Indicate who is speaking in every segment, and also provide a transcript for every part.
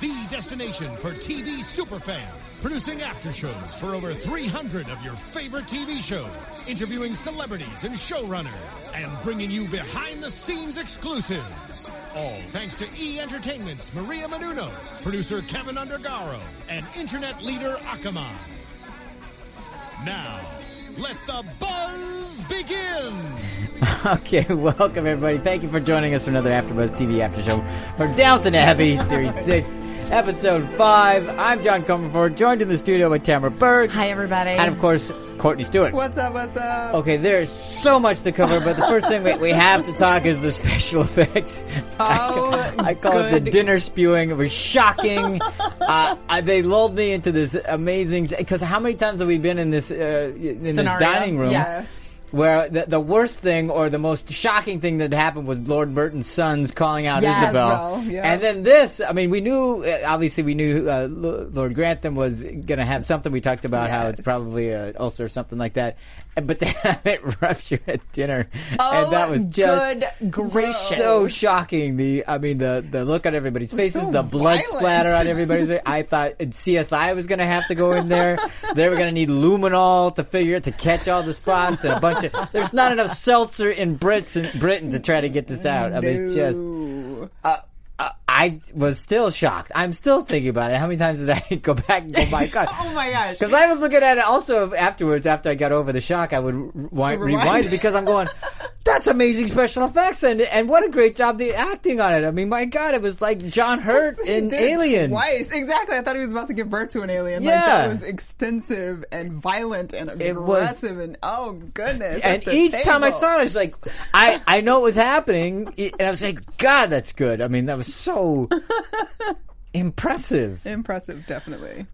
Speaker 1: the destination for TV superfans, producing aftershows for over 300 of your favorite TV shows, interviewing celebrities and showrunners, and bringing you behind-the-scenes exclusives. All thanks to E Entertainment's Maria Menounos, producer Kevin Undergaro, and internet leader Akamai. Now, let the buzz begin.
Speaker 2: Okay, welcome everybody. Thank you for joining us for another AfterBuzz TV After Show for Downton Abbey Series Six, Episode Five. I'm John Comerford, joined in the studio by Tamara Bird,
Speaker 3: Hi, everybody.
Speaker 2: and of course Courtney Stewart.
Speaker 4: What's up? What's up?
Speaker 2: Okay, there's so much to cover, but the first thing we, we have to talk is the special effects. I,
Speaker 4: Oh,
Speaker 2: ca- I call it the
Speaker 4: good.
Speaker 2: dinner spewing. It was shocking. uh, I, they lulled me into this amazing. Because how many times have we been in this uh, in this
Speaker 3: Scenario.
Speaker 2: dining room?
Speaker 4: Yes.
Speaker 2: where the, the worst thing or the most shocking thing that happened was Lord Burton's sons calling out
Speaker 4: Yeah,
Speaker 2: Isabel.
Speaker 4: Isabel, yeah.
Speaker 2: And then this, I mean, we knew, uh, obviously, we knew uh, L- Lord Grantham was going to have something. We talked about how it's probably an ulcer or something like that. But to have it rupture at dinner,
Speaker 3: Oh,
Speaker 2: and that was just
Speaker 4: good gracious.
Speaker 2: so shocking. The I mean, the the look on everybody's faces,
Speaker 4: so
Speaker 2: the blood
Speaker 4: violent.
Speaker 2: splatter on everybody's face. I thought CSI was going to have to go in there. they were going to need luminol to figure it to catch all the spots and a bunch of. There's not enough seltzer in Brits in Britain to try to get this out. I mean, it's just. Uh, uh, I was still shocked. I'm still thinking about it. How many times did I go back and go, my God?
Speaker 4: Oh my gosh.
Speaker 2: Because I was looking at it also afterwards, after I got over the shock, I would rewind, rewind because I'm going, that's amazing special effects and and what a great job the acting on it. I mean, my God, it was like John Hurt
Speaker 4: He
Speaker 2: in
Speaker 4: did it
Speaker 2: Alien.
Speaker 4: Twice. Exactly. I thought he was about to give birth to an alien. Like,
Speaker 2: Yeah.
Speaker 4: that was extensive and violent and
Speaker 2: It was-
Speaker 4: aggressive and oh goodness.
Speaker 2: And
Speaker 4: at the
Speaker 2: each time I
Speaker 4: table.
Speaker 2: saw it, I was like, I, I know it was happening. e- And I was like, God, that's good. I mean, that was so impressive.
Speaker 4: Impressive, definitely.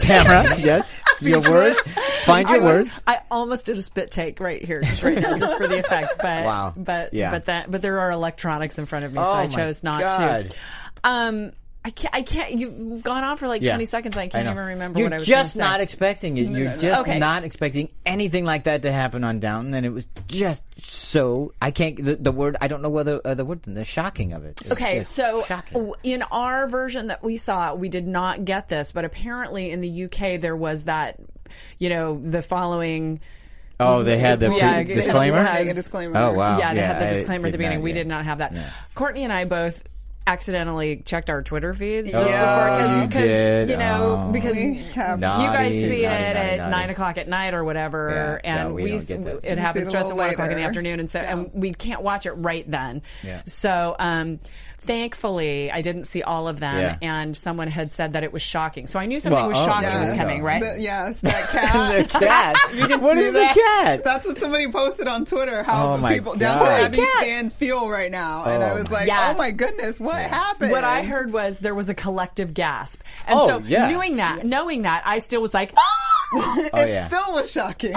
Speaker 2: Tamara, yes, your words. Find your
Speaker 3: I was-
Speaker 2: words.
Speaker 3: I almost did a spit take right here, just right now, just for the effect. But
Speaker 2: Wow.
Speaker 3: but
Speaker 2: Yeah.
Speaker 3: but that but there are electronics in front of me, so
Speaker 2: Oh
Speaker 3: I
Speaker 2: my
Speaker 3: chose not
Speaker 2: God.
Speaker 3: to. Um, I can't. I can't. You've gone on for like
Speaker 2: Yeah.
Speaker 3: twenty seconds. and I can't
Speaker 2: know.
Speaker 3: even remember
Speaker 2: You're
Speaker 3: what I was
Speaker 2: just
Speaker 3: gonna
Speaker 2: not
Speaker 3: say.
Speaker 2: expecting it. You're just
Speaker 3: Okay.
Speaker 2: not expecting anything like that to happen on Downton, and it was just so. I can't. The, the word. I don't know whether uh, the word. The shocking of it. It's
Speaker 3: Okay,
Speaker 2: just
Speaker 3: so
Speaker 2: shocking.
Speaker 3: in our version that we saw, we did not get this, but apparently in the UK there was that, you know, the following.
Speaker 2: Oh, they had the
Speaker 3: Yeah,
Speaker 2: pre-
Speaker 3: it
Speaker 2: disclaimer.
Speaker 3: has-
Speaker 4: A disclaimer.
Speaker 2: Oh wow!
Speaker 3: yeah, they had the
Speaker 2: I
Speaker 3: disclaimer at the
Speaker 2: did not
Speaker 3: beginning. we
Speaker 2: get-
Speaker 3: did not have that.
Speaker 2: Yeah.
Speaker 3: Courtney and I both accidentally checked our Twitter feeds just
Speaker 4: Yeah.
Speaker 3: before
Speaker 4: Oh, you
Speaker 3: because
Speaker 2: did?
Speaker 3: you know
Speaker 2: Oh.
Speaker 3: because
Speaker 4: We have
Speaker 2: No.
Speaker 3: you guys
Speaker 2: Naughty,
Speaker 3: see it
Speaker 2: naughty, naughty,
Speaker 3: at
Speaker 2: naughty.
Speaker 3: nine o'clock at night or whatever,
Speaker 2: Yeah,
Speaker 3: and
Speaker 2: no, we
Speaker 3: we,
Speaker 2: don't
Speaker 3: s-
Speaker 2: get that.
Speaker 3: it happens
Speaker 4: it
Speaker 3: to
Speaker 4: a
Speaker 3: us at
Speaker 4: little
Speaker 3: one o'clock in the
Speaker 4: later.
Speaker 3: afternoon, and so and we can't watch it right then.
Speaker 2: Yeah.
Speaker 3: So. um Thankfully, I didn't see all of them,
Speaker 2: Yeah.
Speaker 3: and someone had said that it was shocking. So I knew something
Speaker 2: Well,
Speaker 3: was
Speaker 2: oh,
Speaker 3: shocking
Speaker 2: yeah.
Speaker 3: was coming, right?
Speaker 4: The- yes, that cat.
Speaker 2: the cat. what
Speaker 4: See
Speaker 2: is
Speaker 4: that?
Speaker 2: a cat?
Speaker 4: That's what somebody posted on Twitter. How
Speaker 2: Oh, my
Speaker 4: people
Speaker 2: God.
Speaker 4: down
Speaker 2: Oh,
Speaker 4: to
Speaker 2: my
Speaker 4: Abbey
Speaker 3: cat.
Speaker 4: stands fuel right now, and I
Speaker 2: Oh,
Speaker 4: was
Speaker 2: my-
Speaker 4: like,
Speaker 3: Yeah.
Speaker 4: "Oh my goodness, what happened?"
Speaker 3: What I heard was there was a collective gasp, and
Speaker 2: Oh,
Speaker 3: so
Speaker 2: yeah.
Speaker 3: knowing that, knowing that, I still was like, "Ah!"
Speaker 2: Oh
Speaker 4: it
Speaker 2: yeah.
Speaker 4: still was shocking.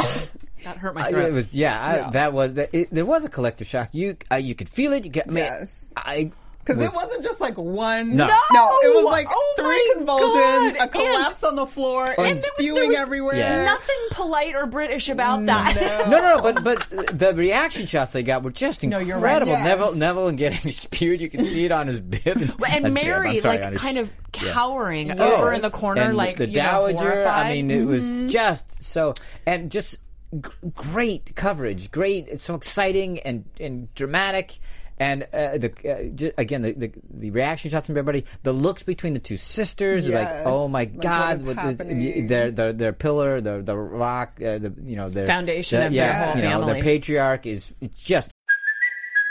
Speaker 3: that hurt my
Speaker 2: I-
Speaker 3: throat.
Speaker 2: It was yeah. I,
Speaker 4: No.
Speaker 2: That was that, it, there was a collective shock. You uh, you could feel it. You could, I mean,
Speaker 4: Yes.
Speaker 2: I
Speaker 4: Because
Speaker 2: was-
Speaker 4: it wasn't just like one.
Speaker 2: No.
Speaker 4: no, it was
Speaker 3: No!
Speaker 4: like
Speaker 3: Oh
Speaker 4: three
Speaker 3: my
Speaker 4: convulsions,
Speaker 3: God.
Speaker 4: a collapse on the floor,
Speaker 2: And
Speaker 4: and,
Speaker 2: there was-
Speaker 3: there
Speaker 4: spewing
Speaker 3: was
Speaker 4: everywhere.
Speaker 2: Yeah.
Speaker 3: Nothing polite or British about that.
Speaker 2: Mm, No, no, no, but but the reaction shots they got were just
Speaker 3: No,
Speaker 2: incredible.
Speaker 3: you're right.
Speaker 4: Yes.
Speaker 2: Neville Neville and getting spewed, you can see it on his bib.
Speaker 3: and
Speaker 2: That's bib,
Speaker 3: Mary,
Speaker 2: I'm sorry,
Speaker 3: like,
Speaker 2: on his-
Speaker 3: kind of
Speaker 2: yeah.
Speaker 3: cowering
Speaker 4: Oh,
Speaker 3: over in the corner,
Speaker 2: And
Speaker 3: like
Speaker 2: the
Speaker 3: you
Speaker 2: dowager.
Speaker 3: Know, horrified.
Speaker 2: I mean, it was
Speaker 4: Mm-hmm.
Speaker 2: just so and just g- great coverage, great, it's so exciting and and dramatic. And uh, the uh, ju- again the, the the reaction shots from everybody, the looks between the two sisters, are like
Speaker 4: Yes.
Speaker 2: oh my
Speaker 4: Like, what
Speaker 2: god,
Speaker 4: is
Speaker 2: this-
Speaker 4: happening?
Speaker 2: their their their pillar, their the rock, uh, the you know their
Speaker 3: Foundation
Speaker 2: the-
Speaker 3: of their
Speaker 2: yeah,
Speaker 3: whole
Speaker 2: you know,
Speaker 3: family.
Speaker 2: the patriarch is just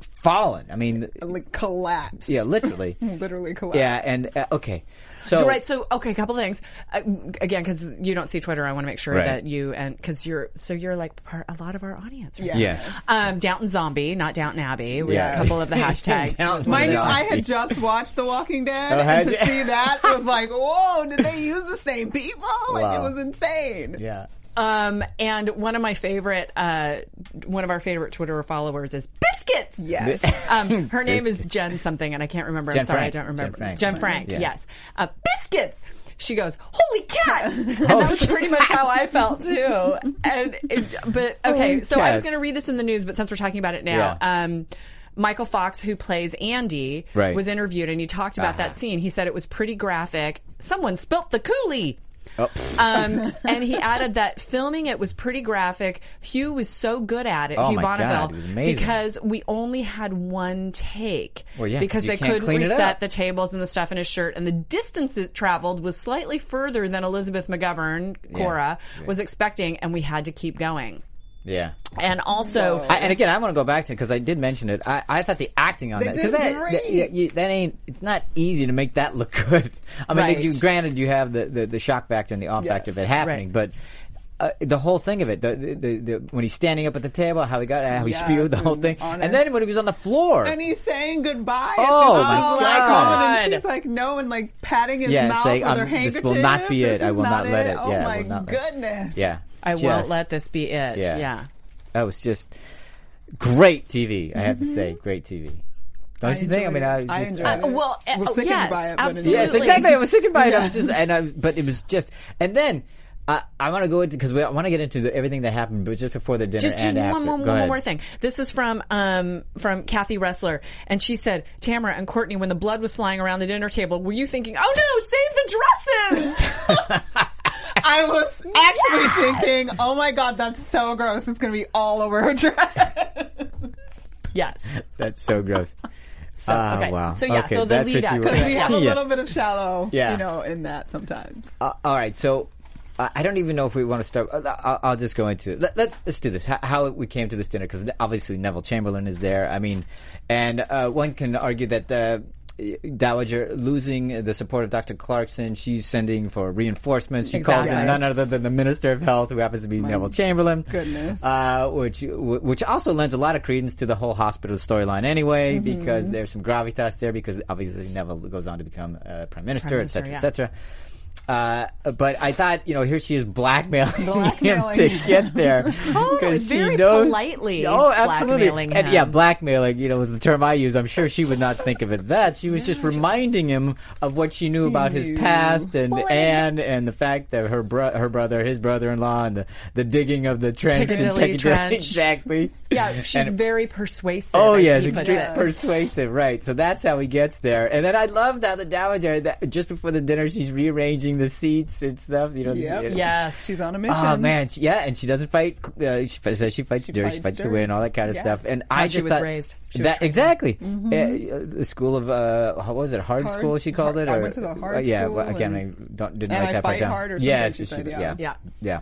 Speaker 2: fallen. I mean,
Speaker 4: Like collapse.
Speaker 2: yeah, literally.
Speaker 4: Literally collapse.
Speaker 2: yeah, and uh, okay. So
Speaker 3: right. So okay, a couple things. Uh, again, because you don't see Twitter, I want to make sure
Speaker 2: Right.
Speaker 3: that you and because you're so you're like part, a lot of our audience. Right?
Speaker 4: Yeah.
Speaker 2: yeah,
Speaker 3: Um, Downton Zombie, not Downton Abbey, was
Speaker 2: Yeah.
Speaker 3: a couple of the hashtags.
Speaker 2: Down-
Speaker 4: Mind you,
Speaker 2: Yeah.
Speaker 4: I had just watched The Walking Dead,
Speaker 2: Oh, had
Speaker 4: and to
Speaker 2: you?
Speaker 4: see that was like, whoa, did they use the same people? Like,
Speaker 2: Wow.
Speaker 4: it was insane.
Speaker 2: yeah.
Speaker 3: Um, and one of my favorite, uh, one of our favorite Twitter followers is Biscuits.
Speaker 4: Yes.
Speaker 3: Um, her name is Jen something, and I can't remember.
Speaker 2: Jen
Speaker 3: I'm sorry,
Speaker 2: Frank.
Speaker 3: I don't remember.
Speaker 2: Jen Frank. Yeah.
Speaker 3: yes. Uh, Biscuits. She goes, "Holy cats!" And that was pretty much how I felt too. And it, but okay,
Speaker 2: Holy
Speaker 3: so I
Speaker 2: cats.
Speaker 3: was going to read this in the news, but since we're talking about it now,
Speaker 2: Yeah.
Speaker 3: um, Michael Fox, who plays Andy,
Speaker 2: Right. Uh-huh.
Speaker 3: was interviewed, and he talked about that scene. He said it was pretty graphic. Someone spilt the coolie.
Speaker 2: Oh,
Speaker 3: Um, and he added that filming it was pretty graphic. Hugh was so good at it,
Speaker 2: Oh
Speaker 3: Hugh
Speaker 2: my God,
Speaker 3: Bonneville,
Speaker 2: it was amazing.
Speaker 3: because we only had one take.
Speaker 2: Well, yeah, 'cause
Speaker 3: because
Speaker 2: you
Speaker 3: they
Speaker 2: can't
Speaker 3: couldn't
Speaker 2: clean it
Speaker 3: reset
Speaker 2: up.
Speaker 3: the tables and the stuff in his shirt, and the distance it traveled was slightly further than Elizabeth McGovern, Cora, was expecting, and we had to keep going.
Speaker 2: yeah.
Speaker 3: And also,
Speaker 2: I, and again, I want to go back to because I did mention it. I, I thought the acting on
Speaker 4: They
Speaker 2: that
Speaker 4: did
Speaker 2: because that,
Speaker 4: great.
Speaker 2: that, yeah, you- that ain't it's not easy to make that look good. I mean,
Speaker 3: Right.
Speaker 2: you, granted, you have the, the, the shock factor and the off factor of it happening, but. Uh, the whole thing of it, the, the, the, the when he's standing up at the table, how he got, how he
Speaker 4: Yes,
Speaker 2: spewed the whole
Speaker 4: and
Speaker 2: thing,
Speaker 4: honest.
Speaker 2: and then when he was on the floor,
Speaker 4: And he's saying goodbye.
Speaker 2: Oh,
Speaker 4: at this
Speaker 2: my
Speaker 4: big
Speaker 2: God.
Speaker 4: black woman,
Speaker 3: God.
Speaker 4: and she's like, no, and like patting his
Speaker 2: Yeah,
Speaker 4: mouth
Speaker 2: saying,
Speaker 4: with her
Speaker 2: "Um, this
Speaker 4: handkerchief.
Speaker 2: will not be it.
Speaker 4: This
Speaker 2: I
Speaker 4: is
Speaker 2: will not let it.
Speaker 4: Oh
Speaker 2: Yeah, I
Speaker 4: my
Speaker 2: will not let it."
Speaker 4: goodness.
Speaker 2: yeah,
Speaker 3: I won't
Speaker 2: Just-
Speaker 3: let this be it.
Speaker 2: Yeah.
Speaker 3: Yeah.
Speaker 2: That was just great TV. I have to say, great TV. Don't you think? I
Speaker 4: enjoyed
Speaker 2: mean,
Speaker 4: it.
Speaker 2: I was just,
Speaker 4: Mm-hmm. I enjoyed it.
Speaker 3: well, uh,
Speaker 4: Was
Speaker 3: oh,
Speaker 4: sickened
Speaker 3: yes,
Speaker 4: by it, but it-
Speaker 2: Yes,
Speaker 3: Absolutely.
Speaker 2: exactly. I was thinking about it. I was just, and I, was- but it was just, and then I, I want to go into because I want to get into the, everything that happened, but just before the dinner
Speaker 3: Just,
Speaker 2: and
Speaker 3: just
Speaker 2: after.
Speaker 3: one, more-
Speaker 2: Go
Speaker 3: one
Speaker 2: ahead.
Speaker 3: more thing. This is from um, from Kathy Wrestler, and she said, "Tamara and Courtney, when the blood was flying around the dinner table, were you thinking, oh no, save the dressings?"
Speaker 4: I was actually thinking, oh my God, that's so gross. It's going to be all over her dress.
Speaker 3: yes.
Speaker 2: That's so gross.
Speaker 3: So,
Speaker 2: Ah,
Speaker 3: okay.
Speaker 2: wow.
Speaker 3: So yeah.
Speaker 2: Okay,
Speaker 3: so the
Speaker 2: that's what
Speaker 3: lead up.
Speaker 2: you were-
Speaker 4: Because we have a
Speaker 2: Yeah.
Speaker 4: little bit of shallow,
Speaker 2: Yeah.
Speaker 4: you know, in that sometimes.
Speaker 2: Uh, all right, so uh, I don't even know if we want to start. uh, I'll, I'll just go into it. Let, let's let's do this. How, how we came to this dinner because obviously Neville Chamberlain is there. I mean, and uh, one can argue that. Uh, Dowager losing the support of Dr. Clarkson, she's sending for reinforcements. She calls in
Speaker 3: Exactly.
Speaker 2: none other than the Minister of Health, who happens to be Neville Chamberlain.
Speaker 4: goodness.
Speaker 2: uh, which which also lends a lot of credence to the whole hospital storyline anyway,
Speaker 3: Mm-hmm.
Speaker 2: because there's some gravitas there. Because obviously Neville goes on to become uh, Prime Minister,
Speaker 3: Minister,
Speaker 2: etc.,
Speaker 3: yeah.
Speaker 2: etc. Uh, but I thought, you know, here she is blackmailing,
Speaker 4: Blackmailing.
Speaker 2: him to get there.
Speaker 3: Totally,
Speaker 2: 'Cause she
Speaker 3: very
Speaker 2: knows-
Speaker 3: politely
Speaker 2: Oh, absolutely.
Speaker 3: blackmailing
Speaker 2: And yeah,
Speaker 3: him.
Speaker 2: blackmailing, you know, was the term I use. I'm sure she would not think of it that. She was just reminding him of what she knew about his
Speaker 4: knew.
Speaker 2: past and Anne and the fact that her bro- her brother, his brother-in-law, and the, the digging of the trench. and
Speaker 3: Piccadilly
Speaker 2: checking-
Speaker 3: Trench.
Speaker 2: Exactly.
Speaker 3: Yeah, she's
Speaker 2: And-
Speaker 3: very persuasive.
Speaker 2: Oh
Speaker 3: as
Speaker 2: yes,
Speaker 3: he puts
Speaker 2: extreme
Speaker 3: it.
Speaker 2: persuasive, right? So that's how he gets there. And then I loved how the dowager that just before the dinner she's rearranging the seats and stuff. You know,
Speaker 4: Yep.
Speaker 2: you know.
Speaker 3: Yes.
Speaker 4: She's on a mission.
Speaker 2: Oh man, she- yeah, and she doesn't fight. Uh, she fi- says she fights dirty, she
Speaker 4: fights
Speaker 2: fights the
Speaker 4: dirty.
Speaker 2: way, and all that kind of
Speaker 4: Yes.
Speaker 2: stuff. And
Speaker 3: how
Speaker 2: I
Speaker 3: she
Speaker 2: just
Speaker 3: was
Speaker 2: thought
Speaker 3: raised. Mm-hmm. She was
Speaker 2: that exactly Uh, uh, the school of uh, how was it hard,
Speaker 4: Hard-
Speaker 2: school? She called
Speaker 4: hard-
Speaker 2: it.
Speaker 4: I
Speaker 2: Or,
Speaker 4: went to the hard
Speaker 2: uh, yeah,
Speaker 4: school
Speaker 2: well, again,
Speaker 4: and-
Speaker 2: I don't, didn't
Speaker 4: and
Speaker 2: like
Speaker 4: I
Speaker 2: that
Speaker 4: fight
Speaker 2: down.
Speaker 4: hard or
Speaker 2: yeah,
Speaker 4: something, she said, yeah.
Speaker 2: yeah,
Speaker 3: Yeah.
Speaker 2: yeah.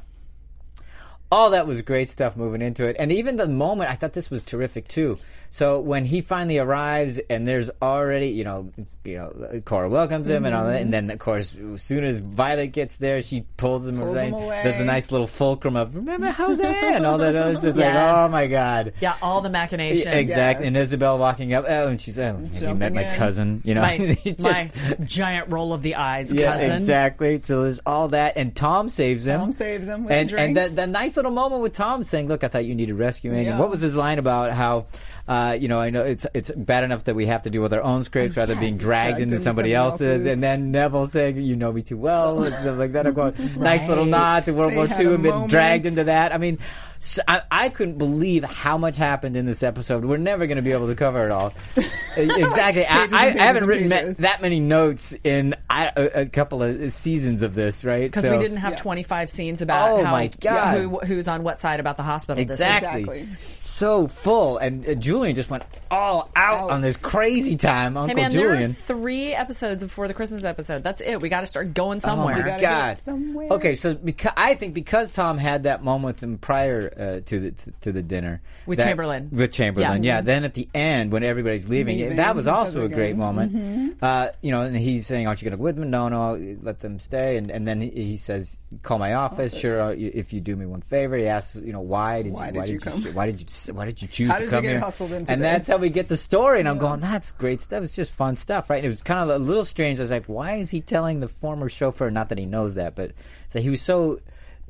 Speaker 2: All that was great stuff moving into it. And even the moment, I thought this was terrific too. So when he finally arrives and there's already, you know, you know, Cora welcomes him and all that.
Speaker 4: Mm-hmm.
Speaker 2: And then, of course, as soon as Violet gets there, she pulls him,
Speaker 4: Pulls
Speaker 2: away,
Speaker 4: him away.
Speaker 2: does a nice little fulcrum of, remember, how's Anne? all that other stuff. Like,
Speaker 3: Yes.
Speaker 2: oh my God.
Speaker 3: Yeah, all the machinations.
Speaker 2: Exactly.
Speaker 4: Yes.
Speaker 2: And Isabel walking up, oh, and she's, oh, have you met
Speaker 4: Jumping
Speaker 2: my
Speaker 4: in.
Speaker 2: cousin? You know,
Speaker 3: My,
Speaker 2: Just-
Speaker 3: my giant roll of the eyes,
Speaker 2: yeah,
Speaker 3: cousin.
Speaker 2: exactly. So there's all that, and Tom saves him.
Speaker 4: Tom saves him with
Speaker 2: and
Speaker 4: the
Speaker 2: and
Speaker 4: drinks.
Speaker 2: the, the nice little moment with Tom saying, "Look, I thought you needed rescuing." And
Speaker 4: Yeah.
Speaker 2: what was his line about how uh, Uh, you know, I know it's it's bad enough that we have to deal with our own scrapes rather than being dragged into somebody else's. And then Neville saying, "You know me too well," and stuff like that. I'm going, nice little nod to World
Speaker 4: They
Speaker 2: War
Speaker 4: had
Speaker 2: II
Speaker 4: a
Speaker 2: and been
Speaker 4: moment.
Speaker 2: dragged into that. I mean. s I, I couldn't believe how much happened in this episode. We're never going to be able to cover it all. exactly. I,
Speaker 4: Pages and
Speaker 2: I, I
Speaker 4: pages
Speaker 2: haven't
Speaker 4: and
Speaker 2: written ma-
Speaker 4: pages.
Speaker 2: that many notes in I- a a couple of seasons of this, right?
Speaker 3: Because
Speaker 2: So-
Speaker 3: we didn't have 25 scenes about
Speaker 2: Oh,
Speaker 3: how,
Speaker 2: my God.
Speaker 3: Who, who's on what side about the hospital. this is.
Speaker 2: Exactly.
Speaker 4: Exactly.
Speaker 2: So full, and uh, Julian just went all out
Speaker 4: Out.
Speaker 2: on this crazy time, Uncle
Speaker 3: Hey man, there are
Speaker 2: Julian.
Speaker 3: three episodes before the Christmas episode. That's it. We got to start going
Speaker 2: Oh
Speaker 3: somewhere.
Speaker 2: my
Speaker 4: gotta
Speaker 2: God!
Speaker 4: get somewhere.
Speaker 2: Okay, so because I think because Tom had that moment with him prior uh, to the to the dinner
Speaker 3: With
Speaker 2: that-
Speaker 3: Chamberlain.
Speaker 2: with Chamberlain, yeah. Then at the end, when everybody's leaving,
Speaker 4: Leaving,
Speaker 2: that was
Speaker 4: he says
Speaker 2: also a
Speaker 4: again.
Speaker 2: great moment.
Speaker 4: Mm-hmm.
Speaker 2: Uh, you know, and he's saying, "Aren't you going to go with me? No, no, let them stay." And and then he, he says, "Call my office, sure, uh, y- if you do me one favor." He asks, "You know, why did
Speaker 4: Why
Speaker 2: you,
Speaker 4: did you come?
Speaker 2: why did you why did you choose
Speaker 4: How
Speaker 2: to
Speaker 4: did you
Speaker 2: come
Speaker 4: get
Speaker 2: here?"
Speaker 4: hustled
Speaker 2: and
Speaker 4: into this?
Speaker 2: that's how we get the story. And I'm going, "That's great stuff. It's just fun stuff, right?" And it was kind of a little strange. I was like, "Why is he telling the former chauffeur? Not that he knows that, but so he was so."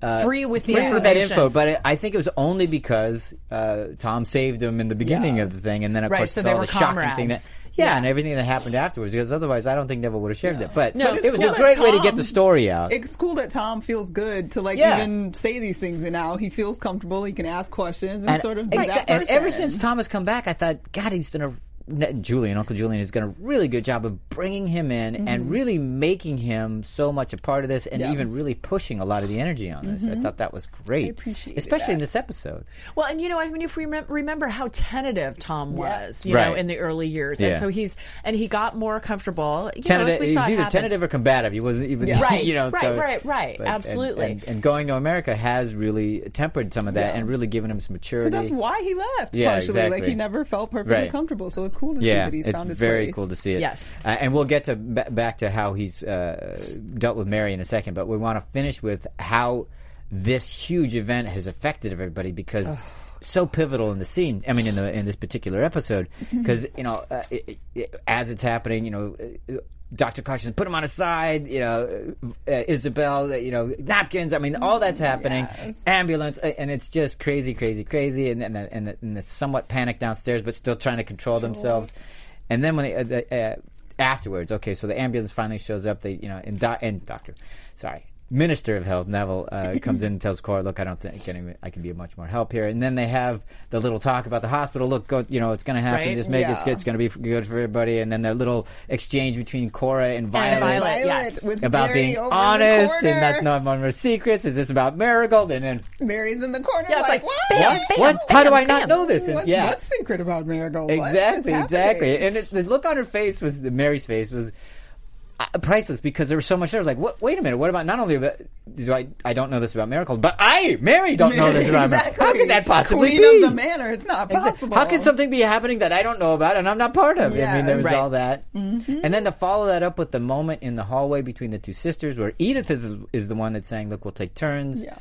Speaker 2: Uh,
Speaker 3: Free with the
Speaker 2: with that
Speaker 3: information.
Speaker 2: info, but it, I think it was only because uh, Tom saved him in the beginning of the thing, and then of
Speaker 3: Right,
Speaker 2: course
Speaker 3: so
Speaker 2: it's
Speaker 3: they
Speaker 2: all
Speaker 3: were
Speaker 2: the shocking thing that
Speaker 3: comrades.
Speaker 2: yeah, and everything that happened afterwards. Because otherwise, I don't think Neville would have shared that. But,
Speaker 3: No,
Speaker 2: but
Speaker 3: But
Speaker 2: it
Speaker 3: it's
Speaker 2: was
Speaker 4: cool
Speaker 2: a
Speaker 4: that
Speaker 2: great way to
Speaker 4: Tom-
Speaker 2: get the story out.
Speaker 4: It's cool that Tom feels good to like
Speaker 2: Yeah.
Speaker 4: even say these things, and now he feels comfortable. He can ask questions and,
Speaker 2: and,
Speaker 4: sort of be
Speaker 2: exa-
Speaker 4: that
Speaker 2: and ever
Speaker 4: person.
Speaker 2: since Tom has come back, I thought, God, he's done a ne- Julian, Uncle Julian has done a really good job of bringing him in and really making him so much a part of this, and
Speaker 4: Yeah.
Speaker 2: even really pushing a lot of the energy on this. I thought that was great,
Speaker 4: appreciated
Speaker 2: especially in
Speaker 4: that.
Speaker 2: this episode.
Speaker 3: Well, and you know, I mean, if we remem- remember how tentative Tom was, you know,
Speaker 2: Right.
Speaker 3: in the early years,
Speaker 2: Yeah.
Speaker 3: and so he's and he got more comfortable. You know, as
Speaker 2: tentative.
Speaker 3: we
Speaker 2: he
Speaker 3: saw
Speaker 2: was
Speaker 3: it
Speaker 2: either
Speaker 3: happen.
Speaker 2: tentative or combative. He wasn't even,
Speaker 3: Right,
Speaker 2: you know,
Speaker 3: right,
Speaker 2: so-
Speaker 3: right, right.
Speaker 2: and-
Speaker 3: Absolutely.
Speaker 2: And, and going to America has really tempered some of that and really given him some maturity.
Speaker 4: Because that's why he left.
Speaker 2: Yeah,
Speaker 4: partially. Like
Speaker 2: exactly.
Speaker 4: he never felt perfectly
Speaker 2: Right.
Speaker 4: comfortable. So it's cool to see
Speaker 2: yeah,
Speaker 4: that he's
Speaker 2: it's
Speaker 4: found his
Speaker 2: very
Speaker 4: place.
Speaker 2: cool to see it.
Speaker 3: Yes.
Speaker 2: uh, and we'll get to ba- back to how he's uh, dealt with Mary in a second, but we want to finish with how this huge event has affected everybody because so pivotal in the scene. I mean, in the in this particular episode, because you know, uh, it, it, as it's happening, you know. Uh, Dr. Caution, put him on his side, you know, uh, Isabel, uh, you know, napkins. I mean, all that's happening. Ambulance, uh, and it's just crazy, crazy, crazy. And and and the, and the somewhat panic downstairs, but still trying to control themselves. And then when they, uh, the, uh, afterwards, okay, so the ambulance finally shows up. They, you know, and, doc and doctor, sorry, minister of health Neville uh, comes in and tells Cora, "Look, I don't think any- I can be of much more help here." And then they have the little talk about the hospital. Look, go, you know, it's going to happen.
Speaker 3: Right?
Speaker 2: Just make it. It's,
Speaker 4: Yeah.
Speaker 2: it's going to be f- good for everybody. And then that little exchange between Cora and Violet.
Speaker 3: And Violet,
Speaker 4: Violet
Speaker 3: yes.
Speaker 4: with
Speaker 2: About
Speaker 4: Mary
Speaker 2: being
Speaker 4: over in the
Speaker 2: honest,
Speaker 4: corner.
Speaker 2: and that's not one of her secrets. Is this about Marigold? And then
Speaker 4: Mary's in the corner.
Speaker 3: Yeah, it's
Speaker 4: like,
Speaker 3: like,
Speaker 4: what?
Speaker 3: bam,
Speaker 2: what? what? How do I not
Speaker 3: bam.
Speaker 2: know this? And
Speaker 4: What-
Speaker 2: yeah,
Speaker 4: What's secret about Marigold? What is
Speaker 2: Exactly,
Speaker 4: happening?
Speaker 2: exactly. And it, the look on her face was the Mary's face was uh, priceless because there was so much there. I was like, what, wait a minute, what about not only about, do I I don't know this about Miracle, but I Mary don't know this about Miracle.
Speaker 4: exactly.
Speaker 2: How could that possibly
Speaker 4: Queen
Speaker 2: be?
Speaker 4: of the manor. It's not possible.
Speaker 2: How could something be happening that I don't know about and I'm not part of? I mean, there was
Speaker 4: Yes.
Speaker 2: all that,
Speaker 4: Mm-hmm.
Speaker 2: and then to follow that up with the moment in the hallway between the two sisters, where Edith is, is the one that's saying, "Look, we'll take turns."
Speaker 4: Yeah.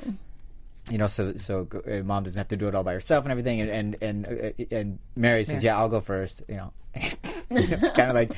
Speaker 2: you know, so so uh, mom doesn't have to do it all by herself and everything. And and and, uh, and Mary says, "Yeah, I'll go first. You know, it's kind of like,